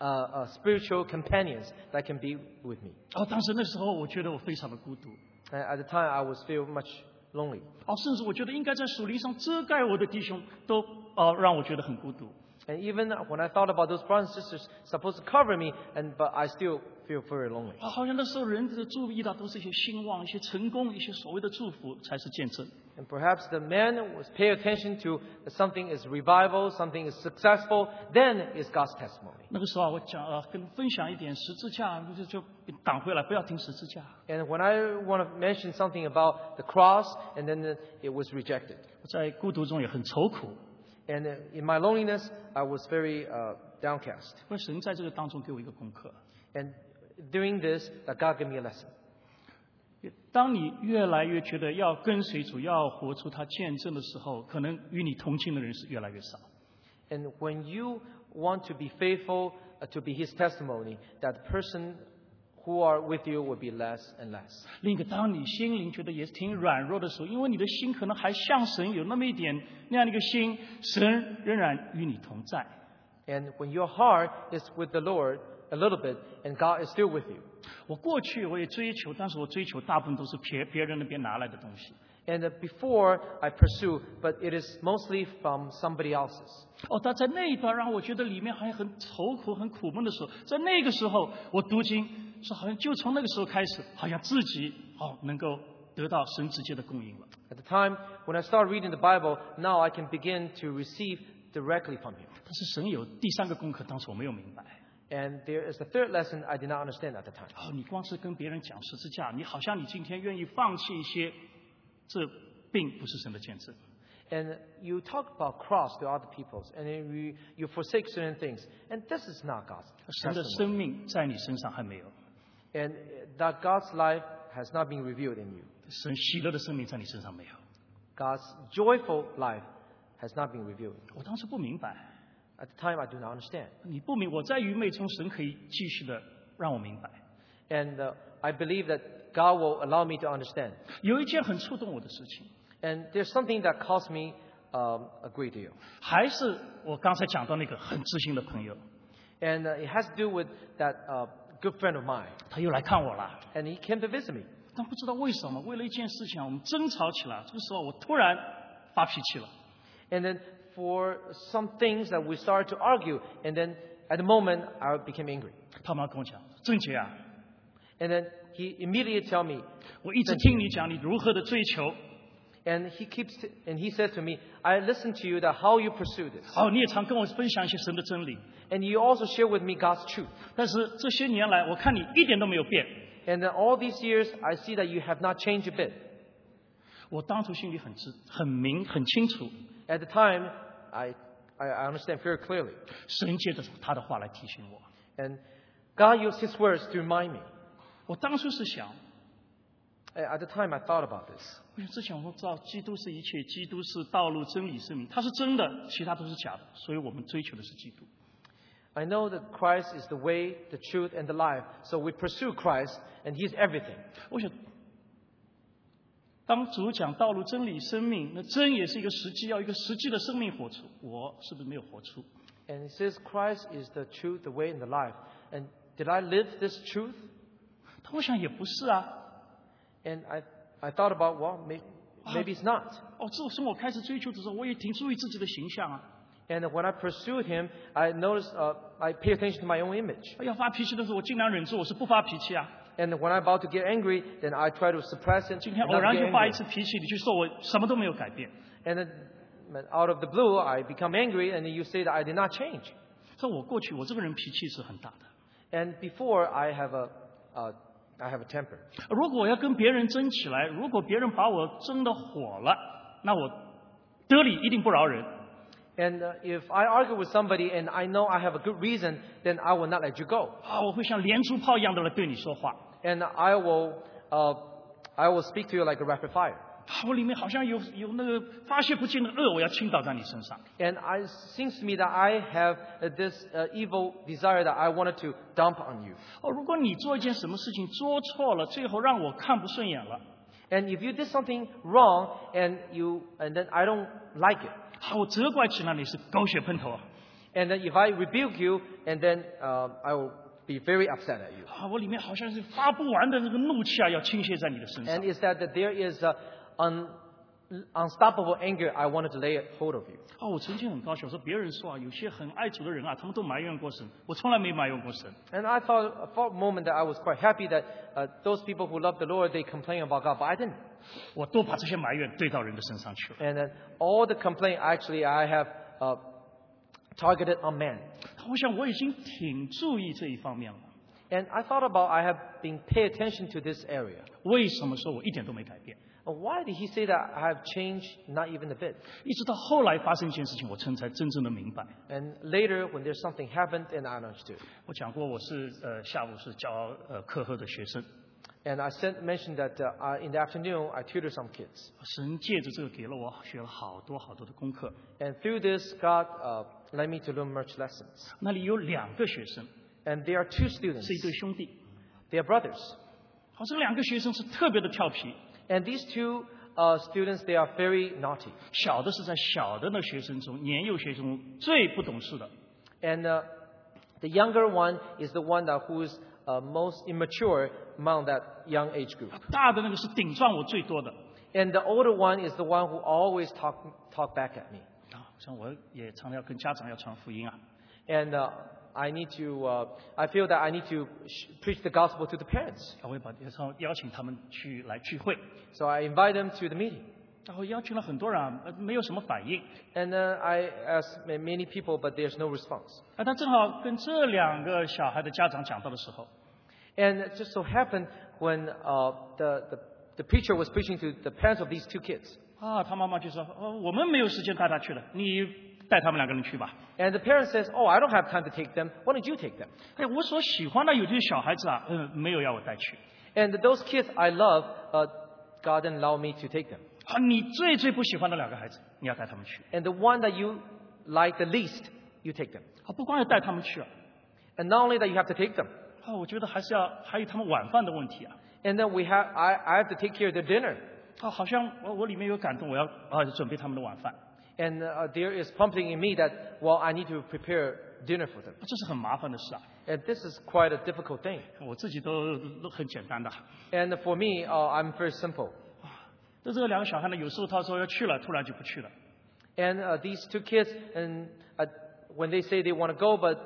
B: uh, uh, spiritual companions that can be with me.
C: 哦，当时那时候我觉得我非常的孤独。
B: And at the time, I was feel much lonely.
C: 哦，甚至我觉得应该在属灵上遮盖我的弟兄，都哦让我觉得很孤独。
B: And even when I thought about those brothers and sisters supposed to cover me, and but I still feel very lonely.
C: 啊，好像那时候人的注意到都是一些兴旺、一些成功、一些所谓的祝福才是见证。
B: And perhaps the man was pay attention to something is revival, something is successful, then is God's testimony.
C: 那个时候啊，我讲呃跟分享一点十字架，就就挡回来，不要听十字架。
B: And when I want to mention something about the cross, and then it was rejected.
C: 我在孤独中也很愁苦，
B: And uh, in my loneliness, I was very uh, downcast.
C: 因为神在这个当中给我一个功课。
B: And during this, that God gave me a lesson.
C: 当你越来越觉得要跟随主，要活出他见证的时候，可能与你同行的人是越来越少。
B: And when you want to be faithful uh, to be his testimony that the person who are with you will be less and less.
C: 另一个，当你心灵觉得也挺软弱的时候，因为你的心可能还像神有那么一点那样的一个心，神仍然与你同在。
B: And when your heart is with the Lord a little bit and God is still with you.
C: 我过去我也追求，但是我追求大部分都是别别人那边拿来的东西。
B: And uh, before I pursue, but it is mostly from somebody else's.
C: 哦，但在那一段让我觉得里面还很愁苦、很苦闷的时候，在那个时候我读经是好像就从那个时候开始，好像自己哦能够得到神直接的供应了。
B: At the time when I start reading the Bible, now I can begin to receive directly from Him.
C: 但是神有第三个功课，当时我没有明白。
B: And there is a third lesson I did not understand at the time.
C: 哦，你光是跟别人讲十字架，你好像你今天愿意放弃一些，这并不是神的见证。
B: And you talk about cross to other peoples, and then you, you forsake certain things, and this is not God's
C: 神的
B: testimony.
C: 生命在你身上还没有，
B: And uh, that God's life has not been revealed in you.
C: 神喜乐的生命在你身上没有。
B: God's joyful life has not been revealed.
C: 我当时不明白，
B: At the time, I do not understand.
C: 你不明，我在愚昧中，神可以继续的让我明白。
B: And uh, I believe that God will allow me to understand.
C: 有一件很触动我的事情，
B: And there's something that caused me um, a great deal.
C: 还是我刚才讲到那个很知心的朋友，
B: And uh, it has to do with that uh, good friend of mine.
C: 他又来看我了。
B: And he came to visit me.
C: 但不知道为什么，为了一件事情啊，我们争吵起来。这个时候，我突然发脾气了。
B: And then for some things that we started to argue. And then at the moment, I became angry.
C: 他妈跟我讲：“郑杰啊，
B: And then he immediately tell me,
C: 我一直听你讲你如何的追求，
B: and he keeps, and he says to me, I listen to you that how you pursue this.
C: 哦，你也常跟我分享一些神的真理。
B: And you also share with me God's truth.
C: 但是这些年来，我看你一点都没有变。
B: And then all these years, I see that you have not changed a bit.
C: 我当初心里很知、很明、很清楚，
B: At the time, I, I, I understand very clearly.
C: 神借着他的话来提醒我。
B: And God used His words to remind me.
C: 我当初是想，
B: A- At the time, I thought about this.
C: 因为之前我们知道基督是一切，基督是道路、真理、生命，他是真的，其他都是假的，所以我们追求的是基督。
B: I know that Christ is the way, the truth, and the life. So we pursue Christ, and He's everything.
C: 我想，当主讲道路、真理、生命，那真也是一个实际，要一个实际的生命活出。我是不是没有活出？
B: And He says Christ is the truth, the way, and the life. And did I live this truth?
C: 但我想也不是啊，
B: And I, I thought about, well, may, maybe it's not.
C: 哦，自从我开始追求的时候，我也挺注意自己的形象啊。
B: And when I pursued Him, I noticed, uh, I pay attention to my own image.
C: 要哎发脾气的时候，我尽量忍住，我是不发脾气啊。
B: And when I'm about to get angry, then I try to suppress it.
C: 今
B: and
C: 天
B: not
C: 偶然
B: get
C: 就发
B: angry.
C: 一次脾气，你就说我什么都没有改变。
B: And then man, out of the blue, I become angry, and then you say that I did not change.
C: 在我过去，我这个人脾气是很大的。
B: And before, I have a, uh, I have a temper.
C: 如果我要跟别人争起来，如果别人把我争的火了，那我得理一定不饶人。
B: And uh, if I argue with somebody and I know I have a good reason, then I will not let you go.
C: 啊，我会像连珠炮一样的来对你说话。
B: And I will, uh, I will speak to you like a rapid fire.
C: 啊，我里面好像有有那个发泄不尽的恶，我要倾倒在你身上。
B: And I, it seems to me that I have uh, this uh, evil desire that I wanted to dump on you.
C: 哦，如果你做一件什么事情做错了，最后让我看不顺眼了，
B: And if you did something wrong and you, and then I don't like it.
C: 啊，我责怪起来你是狗血喷头啊！
B: And then if I rebuke you, and then uh, I will be very upset at you.
C: 啊，我里面好像是发不完的那个怒气啊，要倾泻在你的身上
B: And。it's that, that there is a un, unstoppable anger I wanted to lay hold of you.
C: 哦，我曾经很高兴，我说别人说啊，有些很爱主的人啊，他们都埋怨过神，我从来没埋怨过神。
B: And I thought for a moment that I was quite happy that uh, those people who love the Lord, they complain about God, but I didn't.
C: 我都把这些埋怨对到人的身上去了。
B: And then all the complaint actually I have uh, targeted on man.
C: 我想我已经挺注意这一方面了。
B: And I thought about I have been pay attention to this area.
C: 为什么说我一点都没改变？
B: Uh, Why did he say that I have changed not even a bit?
C: 一直到后来发生一件事情，我才才真正的明白。
B: And later when there's something happened, and I understood.
C: 我讲过，我是呃下午是教呃课后的学生，
B: And I said, mentioned that uh, I, in the afternoon I tutor some kids,
C: 神借着这个给了我学了好多好多的功课。
B: and through this God uh, led me to learn much lessons.
C: 那里有两个学生
B: And they are two students.
C: 是一对兄弟，
B: They are brothers.
C: 好，这两个学生是特别的调皮，
B: And these two uh, students, they are very naughty.
C: 小的是在小的那学生中，年幼学生中最不懂事的。
B: And uh, the younger one is the one that who is uh, most immature among that young age group.
C: 大的那个是顶撞我最多的
B: And the older one is the one who always talk, talk back at me.
C: 啊，像我也常常要跟家长要传福音啊。
B: And uh, I need to, uh, I feel that I need to sh- preach the gospel to the parents.
C: 我也把也常邀请他们去来聚会，
B: So I invite them to the meeting.
C: 然后邀请了很多人啊，呃没有什么反应
B: And uh, I ask ma- many people, but there's no response.
C: 啊。他正好跟这两个小孩的家长讲到的时候，
B: And it just so happened when uh, the, the, the preacher was preaching to the parents of these two kids.
C: 啊，他妈妈就说：“哦，我们没有时间带他去了，你带他们两个人去吧。
B: And the parent says, Oh, I don't have time to take them. Why don't you take them? ”
C: 哎，我所喜欢的有些小孩子啊，嗯，没有要我带去
B: And those kids I love, uh, God didn't allow me to take them.
C: 啊。你最最不喜欢的两个孩子，你要带他们去
B: And the one that you like the least, you take them.
C: 啊。不光要带他们去啊，
B: And not only that, you have to take them.
C: 啊，我觉得还是要还有他们晚饭的问题啊。
B: And then we have, I, I have to take care of their dinner.
C: 啊，好像我我里面有感动，我要啊准备他们的晚饭，啊
B: And uh, there is prompting in me that, well, I need to prepare dinner for them.
C: 这是很麻烦的事啊。
B: And this is quite a difficult thing.
C: 我自己都都很简单的。
B: And for me, uh, I'm very simple.
C: 但这两个小孩呢，有时候他说要去了，突然就不去了。
B: And uh, these two kids, and uh, when they say they want to go, but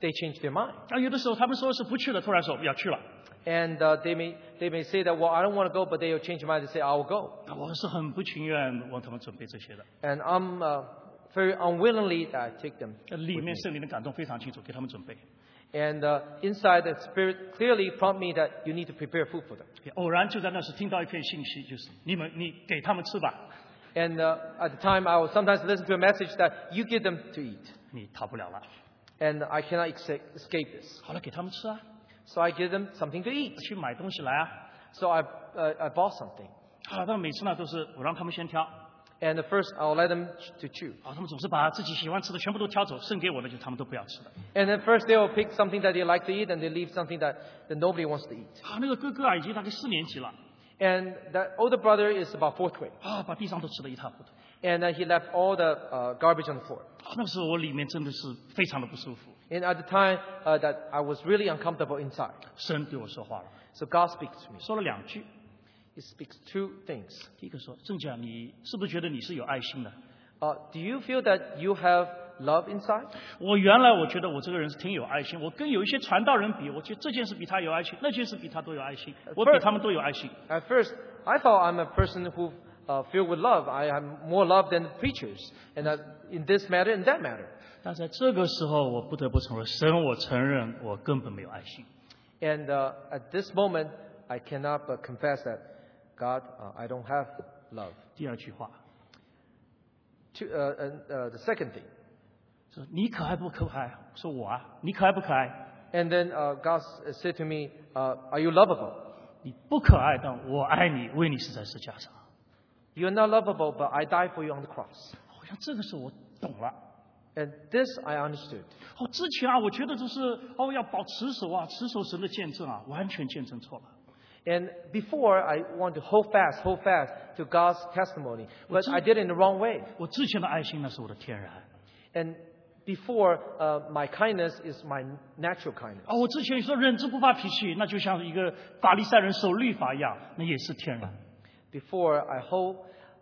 B: they change their mind.
C: 啊，有的时候他们说是不去了，突然说要去了。
B: And uh, they may they may say that, well, I don't want to go, but they will change their mind and say, I will go.
C: 啊我是很不情愿为他们准备这些的。
B: And I'm uh, very unwillingly that I take them.
C: 呃里面圣灵的感动非常清楚，给他们准备。
B: And uh, inside, the Spirit clearly prompt me that you need to prepare food for them.
C: 偶然就在那时听到一篇信息，就是你们你给他们吃吧，
B: And uh, at the time, I will sometimes listen to a message that you give them to eat.
C: 你逃不了了。
B: And I cannot exa- escape this.
C: 好了，给他们吃啊，
B: So I give them something to eat.
C: 去买东西来啊。
B: So I, uh, I bought something.
C: 啊，但每次呢都是我让他们先挑，啊，
B: And the first, I'll let them ch- to chew.
C: 他们总是把自己喜欢吃的全部都挑走，剩给我的就他们都不要吃了。
B: And then first they will pick something that they like to eat and they leave something that, that nobody wants to eat.
C: 啊，那个哥哥啊已经大概四年级了，
B: And that older brother is about fourth grade.
C: 啊，把地上都吃得一塌糊涂。
B: And uh, he left all the uh, garbage on the floor.
C: 啊，那个时候我里面真的是非常的不舒服，
B: And at the time uh, that I was really uncomfortable inside.
C: 神对我说话了，
B: So God speaks to me.
C: 说了两句。
B: He speaks two things.
C: 第一个说，郑姐啊，你是不是觉得你是有爱心的？
B: Uh, do you feel that you have love inside?
C: 我原来我觉得我这个人是挺有爱心，我跟有一些传道人比，我觉得这件事比他有爱心，那件事比他都有爱心，我比他们都有爱心。
B: At first, I thought I'm a person who uh, filled with love. I am more loved than the preachers, and uh, in this matter and that matter.
C: 但在这个时候，我不得不承认，神，我承认我根本没有爱心。
B: And uh, at this moment, I cannot but confess that God, uh, I don't have love.
C: 第二句话，
B: To, uh, and, uh, the second thing,
C: 说你可爱不可爱？我说我啊，你可爱不可爱？
B: and then uh, God s- said to me, uh, "Are you lovable?
C: 啊你不可爱，但我爱你，为你死在十字架上。
B: You are not lovable, but I died for you on the cross."
C: 好像这个时候我懂了。
B: And this I understood.
C: 哦，之前啊，我觉得就是哦，要保持守啊，持守神的见证啊，完全见证错了。
B: And before I want to hold fast, hold fast to God's testimony, but I did it in the wrong way.
C: 我之前的爱心那是我的天然
B: And before, uh, my kindness is my natural kindness.
C: 啊、我之前说忍住不发脾气，那就像一个法利赛人守律法一样，那也是天然。
B: Before, I hold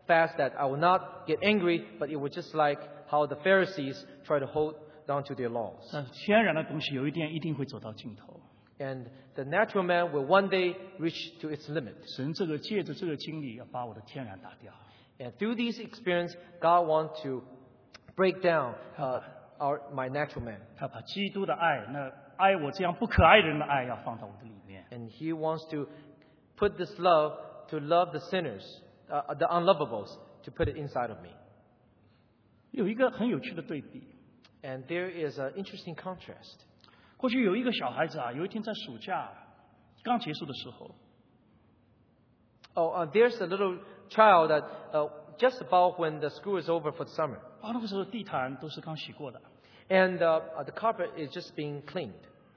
B: fast that I will not get angry, but it was just like how the Pharisees try to hold down to their laws.
C: 那天然的东西有一天一定会走到尽头。
B: And the natural man will one day reach to its limit.
C: 神这个借着这个经历要把我的天然打掉，
B: And through these experience, God wants to break down uh, our, my natural man.
C: 他把基督的爱，那爱我这样不可爱的人的爱要放到我的里面。
B: And He wants to put this love to love the sinners, uh, the unlovables, to put it inside of me.
C: 有一个很有趣的对比，
B: And there is an interesting contrast.
C: 过去有一个小孩子啊，有一天在暑假刚结束的时候，
B: Oh, uh, there's a little child that uh, just about when the school is over for the summer,
C: 啊，那个时候地毯都是刚洗过的，
B: And uh, uh, the carpet is just being cleaned.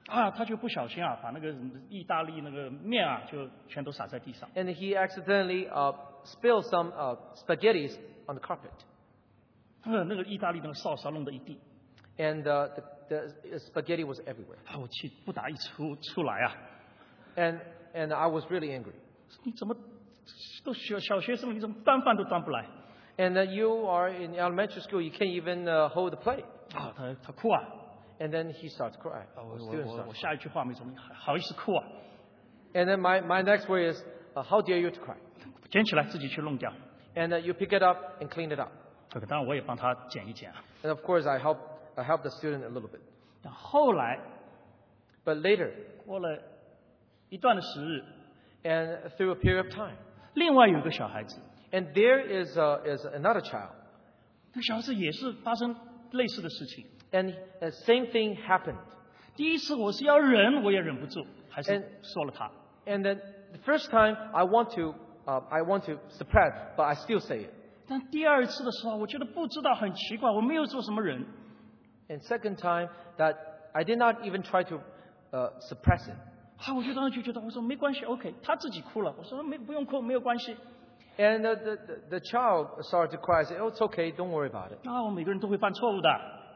C: 啊，他就不小心啊，把那个意大利那个面啊，就全都洒在地上。
B: And he accidentally uh, spilled some uh, spaghetti on the carpet.
C: 呃，那个意大利那个烧烧弄得一地，
B: And uh, the, the spaghetti was everywhere.
C: 啊，我气不打一出出来啊！
B: And, and I was really angry.
C: 你怎么都小小学生了，你怎么端饭都端不来？
B: And uh, you are in elementary school, you can't even uh, hold the plate.
C: 啊，他他哭啊！
B: And then he starts crying.
C: 啊，我
B: The
C: 我
B: student
C: 我
B: starts
C: 我下一句话没怎么好好意思哭啊，
B: And then my, my next word is, uh, how dare you to cry?
C: 捡起来自己去弄掉。
B: And uh, you pick it up and clean it up.
C: 这个当然我也帮他捡一捡啊。
B: And of course, I help, I help the student a little bit.
C: 但后来
B: But later,
C: 过了一段的时日，
B: and through a period of time,
C: 另外有一个小孩子，
B: and there is, uh, is another child.
C: 那个小孩子也是发生类似的事情。
B: And the same thing happened.
C: 第一次我是要忍，我也忍不住，还是
B: 嗯
C: 说了他。
B: And then the first time, I want to, uh, I want to suppress, but I still say it.
C: 但第二次的时候，我觉得不知道很奇怪，我没有做什么人，
B: And second time, that I did not even try to uh, suppress it.
C: 啊，我就当时就觉得，我说没关系，OK，他自己哭了，我说没不用哭，没有关系。
B: And uh, the, the, the child started to cry. I said, oh, it's okay. Don't worry about it.
C: 啊，我每个人都会犯错误的，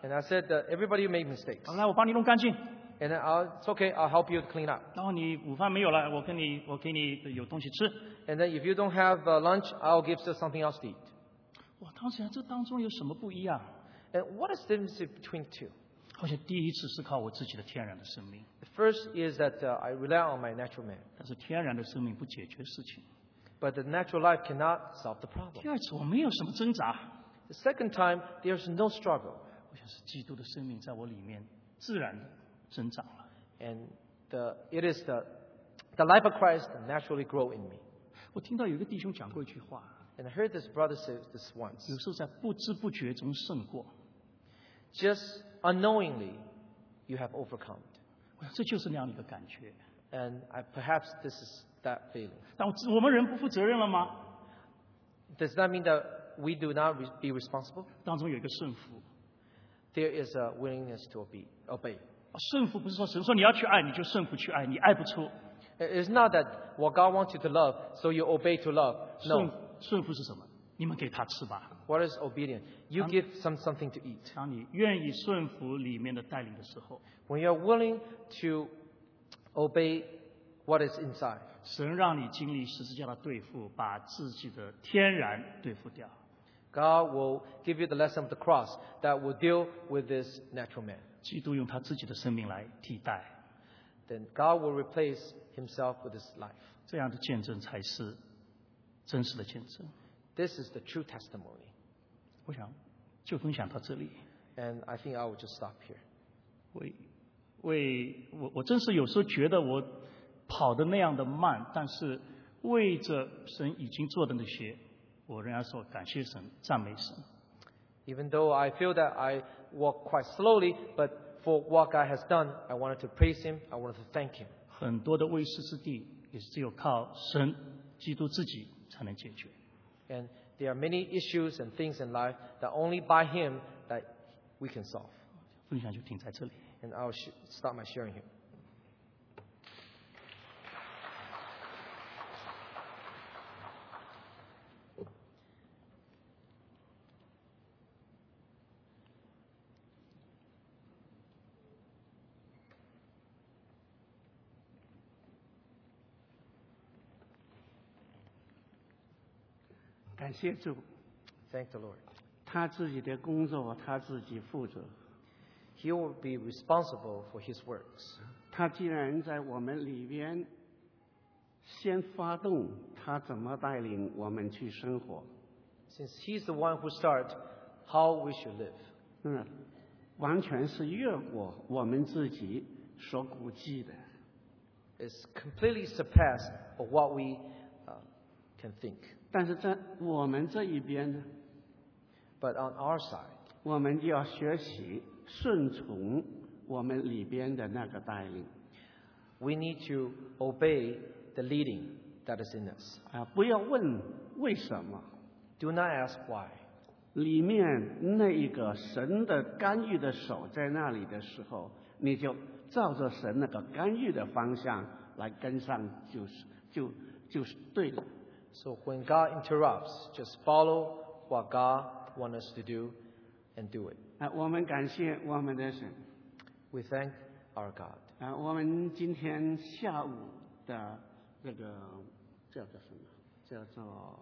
B: And I said, uh, everybody made mistakes.
C: 好来我帮你弄干净。
B: And then I'll, it's okay. I'll help you to clean up.
C: 然后你午饭没有了，我跟你我给你有东西吃。
B: And then if you don't have uh, lunch, I'll give you something else to eat.
C: 我当时想这当中有什么不一样？
B: And what is the difference between two?
C: 好像第一次是靠我自己的天然的生命，
B: The first is that uh, I rely on my natural man,
C: 但是天然的生命不解决事情。
B: but the natural life cannot solve the
C: 第
B: problem.
C: 二次我没有什么挣扎，
B: The second time, there's no struggle,
C: 我想是基督的生命在我里面自然的增长了。
B: and the, it is the, the life of Christ that naturally grow in me.
C: 我听到有一个弟兄讲过一句话，
B: And I heard this brother say this once.
C: 有时候在不知不觉中胜过。
B: Just unknowingly, you have overcome.
C: 我想这就是那样的一个感觉。
B: And I, perhaps this is that feeling.
C: 但我我们人不负责任了吗？
B: Does that mean that we do not re- be responsible?
C: 当中有一个顺服，
B: There is a willingness to obey. obey.
C: 啊顺服不是说神说你要去爱你就顺服去爱，你爱不出。
B: It's not that what God wants you to love, so you obey to love.
C: 顺
B: No.
C: 顺服是什么？你们给他吃吧。
B: What is obedience? You
C: Um,
B: give some something to eat.
C: 当你愿意顺服里面的带领的时候，
B: When you're willing to obey what is inside,
C: 神让你经历十字架的对付，把自己的天然对付掉。
B: God will give you the lesson of the cross that will deal with this natural man.
C: 基督用他自己的生命来替代，
B: Then God will replace himself with his life.
C: 这样的见证才是真实的见证。
B: This is the true testimony.
C: 我想就分享到这里。
B: And I think I will just stop here.
C: 为为我我真是有时候觉得我跑的那样的慢，但是为着神已经做的那些，我仍然说感谢神，赞美神。
B: Even though I feel that I walk quite slowly, but for what God has done, I wanted to praise Him. I wanted to thank Him.
C: 很多的未失之地也是只有靠神、基督自己才能解决。
B: And there are many issues and things in life that only by Him that we can solve.
C: 分享就停在这里。
B: And I'll sh- stop my sharing here.
A: Amen 感谢主，
B: Thank the Lord.
A: 他自己的工作他自己负责。
B: He will be responsible for His works.
A: 他既然在我们里边先发动，他怎么带领我们去生活？
B: Since He's the one who started how we should live.
A: 嗯，完全是越过我们自己所估计的。
B: It's completely surpassed of what we uh, can think.
A: 但是在我们这一边呢，
B: But on our side,
A: 我们就要学习顺从我们里边的那个带领
B: we need to obey the leading that is in us.
A: 啊，不要问为什么，
B: Do not ask why.
A: 里面那一个神的干预的手在那里的时候，你就照着神那个干预的方向来跟上，就是就就是对了。
B: So when God interrupts, just follow what God wants us to do and do it.
A: 啊，我们感谢我们的神
B: We thank our God.
A: 啊，我们今天下午的这个叫做什么？叫做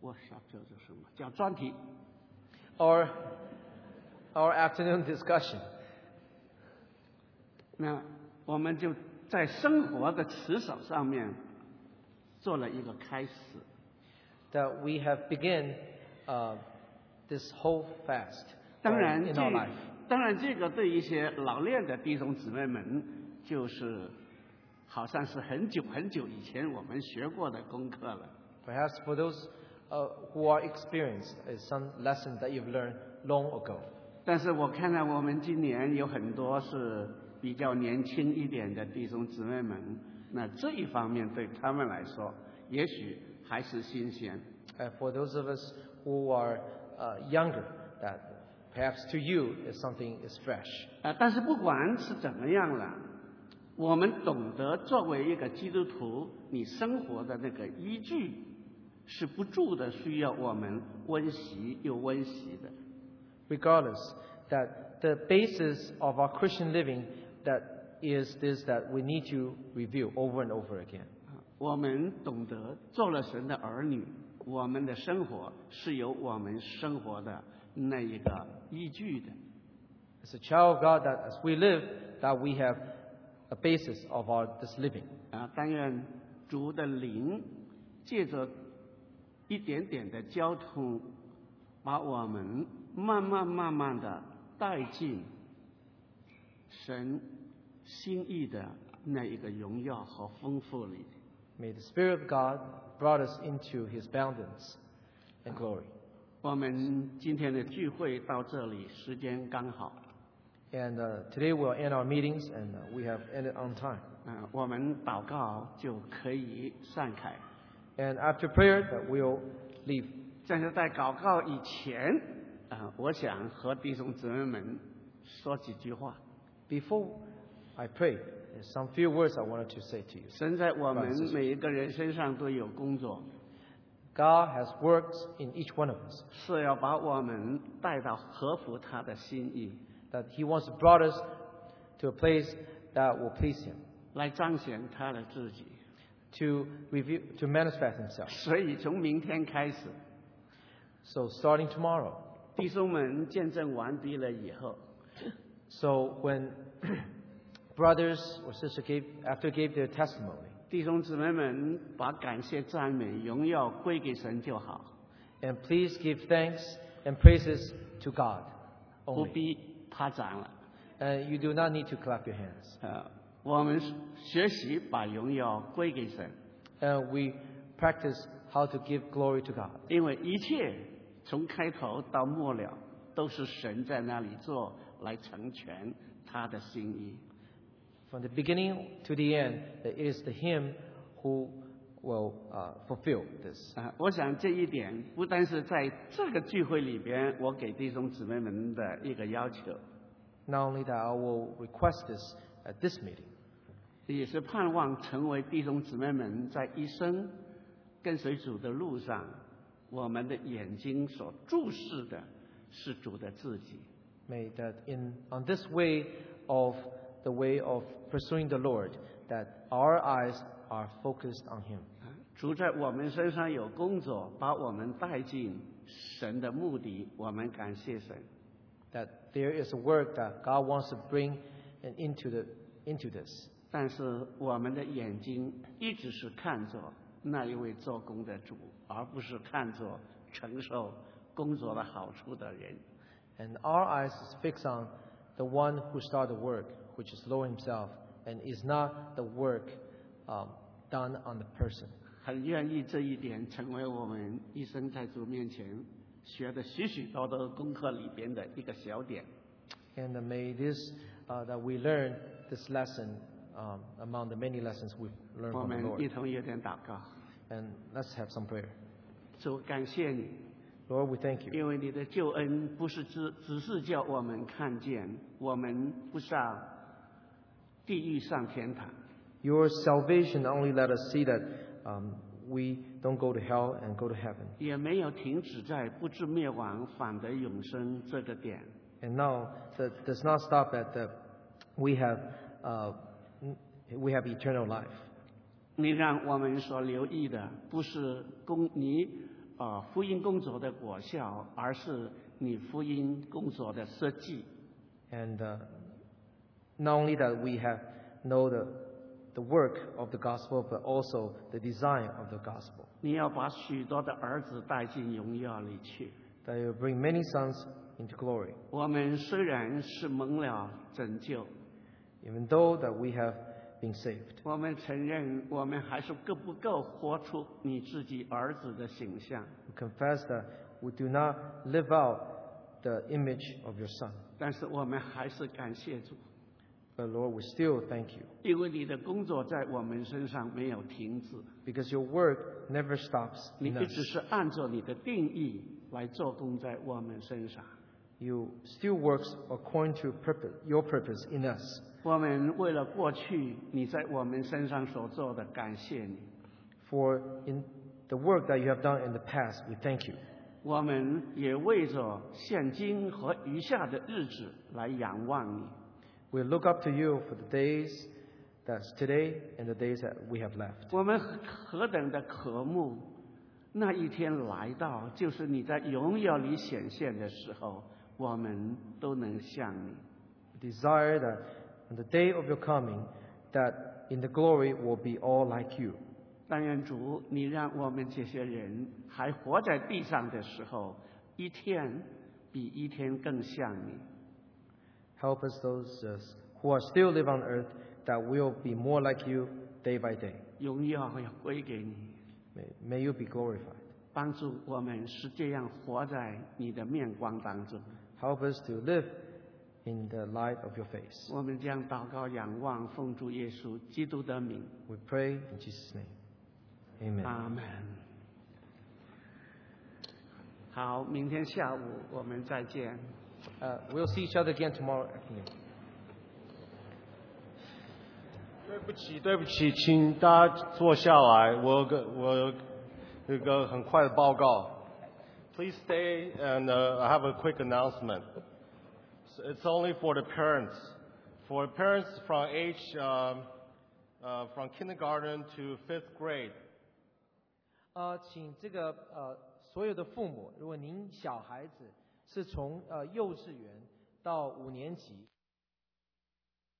A: 我啥叫做什么？叫专题。
B: Our, our afternoon discussion.
A: 那我们就在生活的持守上面做了一个开始。
B: that we have begun uh, this whole fast
A: 当然
B: uh,
A: 这，
B: in our life.
A: 当然这个对一些老练的弟兄姊妹们，就是好像是很久很久以前我们学过的功课了。
B: Perhaps for those uh, who are experienced, it's some lesson that you've learned long ago.
A: 但是我看到我们今年有很多是比较年轻一点的弟兄姊妹们，那这一方面对他们来说，也许还是新鲜。
B: And Uh, for those of us who are uh, younger, that perhaps to you is something is fresh.
A: 啊，但是不管是怎么样了，我们懂得作为一个基督徒，你生活的那个依据是不住的需要我们温习又温习的。
B: Regardless, that the basis of our Christian living that is this that we need to review over and over again.
A: 啊我们懂得做了神的儿女，我们的生活是由我们生活的那一个依据的。
B: As a child of God, that as we live, that we have a basis of our this living.
A: 啊，但愿主的灵借着一点点的交通，把我们慢慢慢慢的带进神心意的那一个荣耀和丰富里。
B: May the Spirit of God brought us into His abundance and glory.
A: 我们今天的聚会到这里，时间刚好。
B: And uh, today we'll end our meetings, and uh, we have ended on time.
A: 嗯、我们祷告就可以散开。
B: And after prayer, that we'll leave.
A: 但是在祷告以前，啊、我想和弟兄姊妹们说几句话。
B: Before I pray, there's some few words I wanted to say to you.
A: 神在我们
B: 是是是
A: 每一个人身上都有工作，
B: God has worked in each one of us,
A: 是要把我们带到合乎他的心意，
B: that He wants to brought us to a place that will please Him,
A: 来彰显他的自己。
B: to reveal, to manifest Himself.
A: 所以从明天开始，
B: So starting tomorrow,
A: 弟兄们见证完毕了以后，
B: So when brothers or sisters gave after gave their testimony
A: 弟兄姊妹们把感谢、赞美、荣耀归给神就好，
B: and please give thanks and praises to God
A: 不
B: only.
A: 必拍掌了。
B: And you do not need to clap your hands.
A: 呃，我们学习把荣耀归给神，
B: And we practice how to give glory to God
A: 因为一切从开头到末了，都是神在那里做，来成全他的心意。
B: from the beginning to the end. It is the Him who will uh, fulfill this.
A: 啊、我想这一点不单是在这个聚会里边，我给弟兄姊妹们的一个要求，
B: Not only that, I will request this at this meeting,
A: 也是盼望成为弟兄姊妹们在一生跟随主的路上，我们的眼睛所注视的是主的自己。
B: May that in on this way of the way of pursuing the Lord, that our eyes are focused on Him.
A: 啊主在我们身上有工作，把我们带进神的目的，我们感谢神。
B: That there is a work that God wants to bring and into the into this.
A: 但是我们的眼睛一直是看着那一位做工的主，而不是看着承受工作的好处的人。
B: And our eyes is fixed on the one who started the work, which is Lord Himself, and is not the work um, done on the person.
A: 很愿意这一点成为我们一生在主面前学的许许多多功课里边的一个小点。
B: And may this uh, that we learn this lesson um, among the many lessons we've learned
A: 我
B: from the
A: 们一
B: Lord.
A: 同有点祷告，
B: And let's have some prayer.
A: 主感谢你，
B: Lord, we thank you
A: 因为你的救恩不是只只是叫我们看见，我们不上地狱上天堂，
B: Your salvation not only let us see that um, we don't go to hell and go to heaven,
A: 也没有停止在不至灭亡反得永生这个点，
B: and now that does not stop at that we have uh, we have eternal life.
A: 你让我们所留意的不是工你啊、呃福音工作的果效，而是你福音工作的设计。
B: And uh, not only that we have know the the work of the gospel, but also the design of the gospel
A: 你要把许多的儿子带进荣耀里去。
B: that will bring many sons into glory.
A: 我们虽然是蒙了拯救，
B: Even though that we have been saved,
A: 我们承认我们还是够不够活出你自己儿子的形象，
B: we confess that we do not live out the image of your Son.
A: 但是我们还是感谢主，
B: But Lord, we still thank you
A: 因为你的工作在我们身上没有停止，
B: because your work never stops.
A: 你
B: in
A: 一
B: us.
A: 直是按照你的定义来做工在我们身上。
B: You still works according to purpose, your purpose in us.
A: 我们为了过去你在我们身上所做的，感谢你。
B: For in the work that you have done in the past, we thank you.
A: 我们也为着现今和余下的日子来仰望你。
B: We look up to you for the days that's today and the days that we have left.
A: 我们何等的渴慕那一天来到，就是你在荣耀里显现的时候，我们都能像你。
B: We desire that on the day of your coming, that in the glory will be all like you.
A: 但愿主，你让我们这些人还活在地上的时候，一天比一天更像你。
B: Help us those uh, who are still live on earth that will be more like you day by day.
A: 荣耀要归给你，
B: May, may you be glorified.
A: 帮助我们是这样活在你的面光当中。
B: Help us to live in the light of your face.
A: 我们将祷告、仰望、奉主耶稣基督的名，
B: We pray in Jesus' name. Amen.
A: 阿门。好，明天下午我们再见。
B: Uh, we'll see each other again tomorrow afternoon.
D: 对不起，对不起，请大家坐下来。我有个我有有一个很快的报告。Please stay and、uh, I have a quick announcement. So It's only for the parents. For parents from age um, uh, from kindergarten to fifth grade.
B: 呃，请这个呃所有的父母，如果您小孩子是从呃幼稚园到五年级，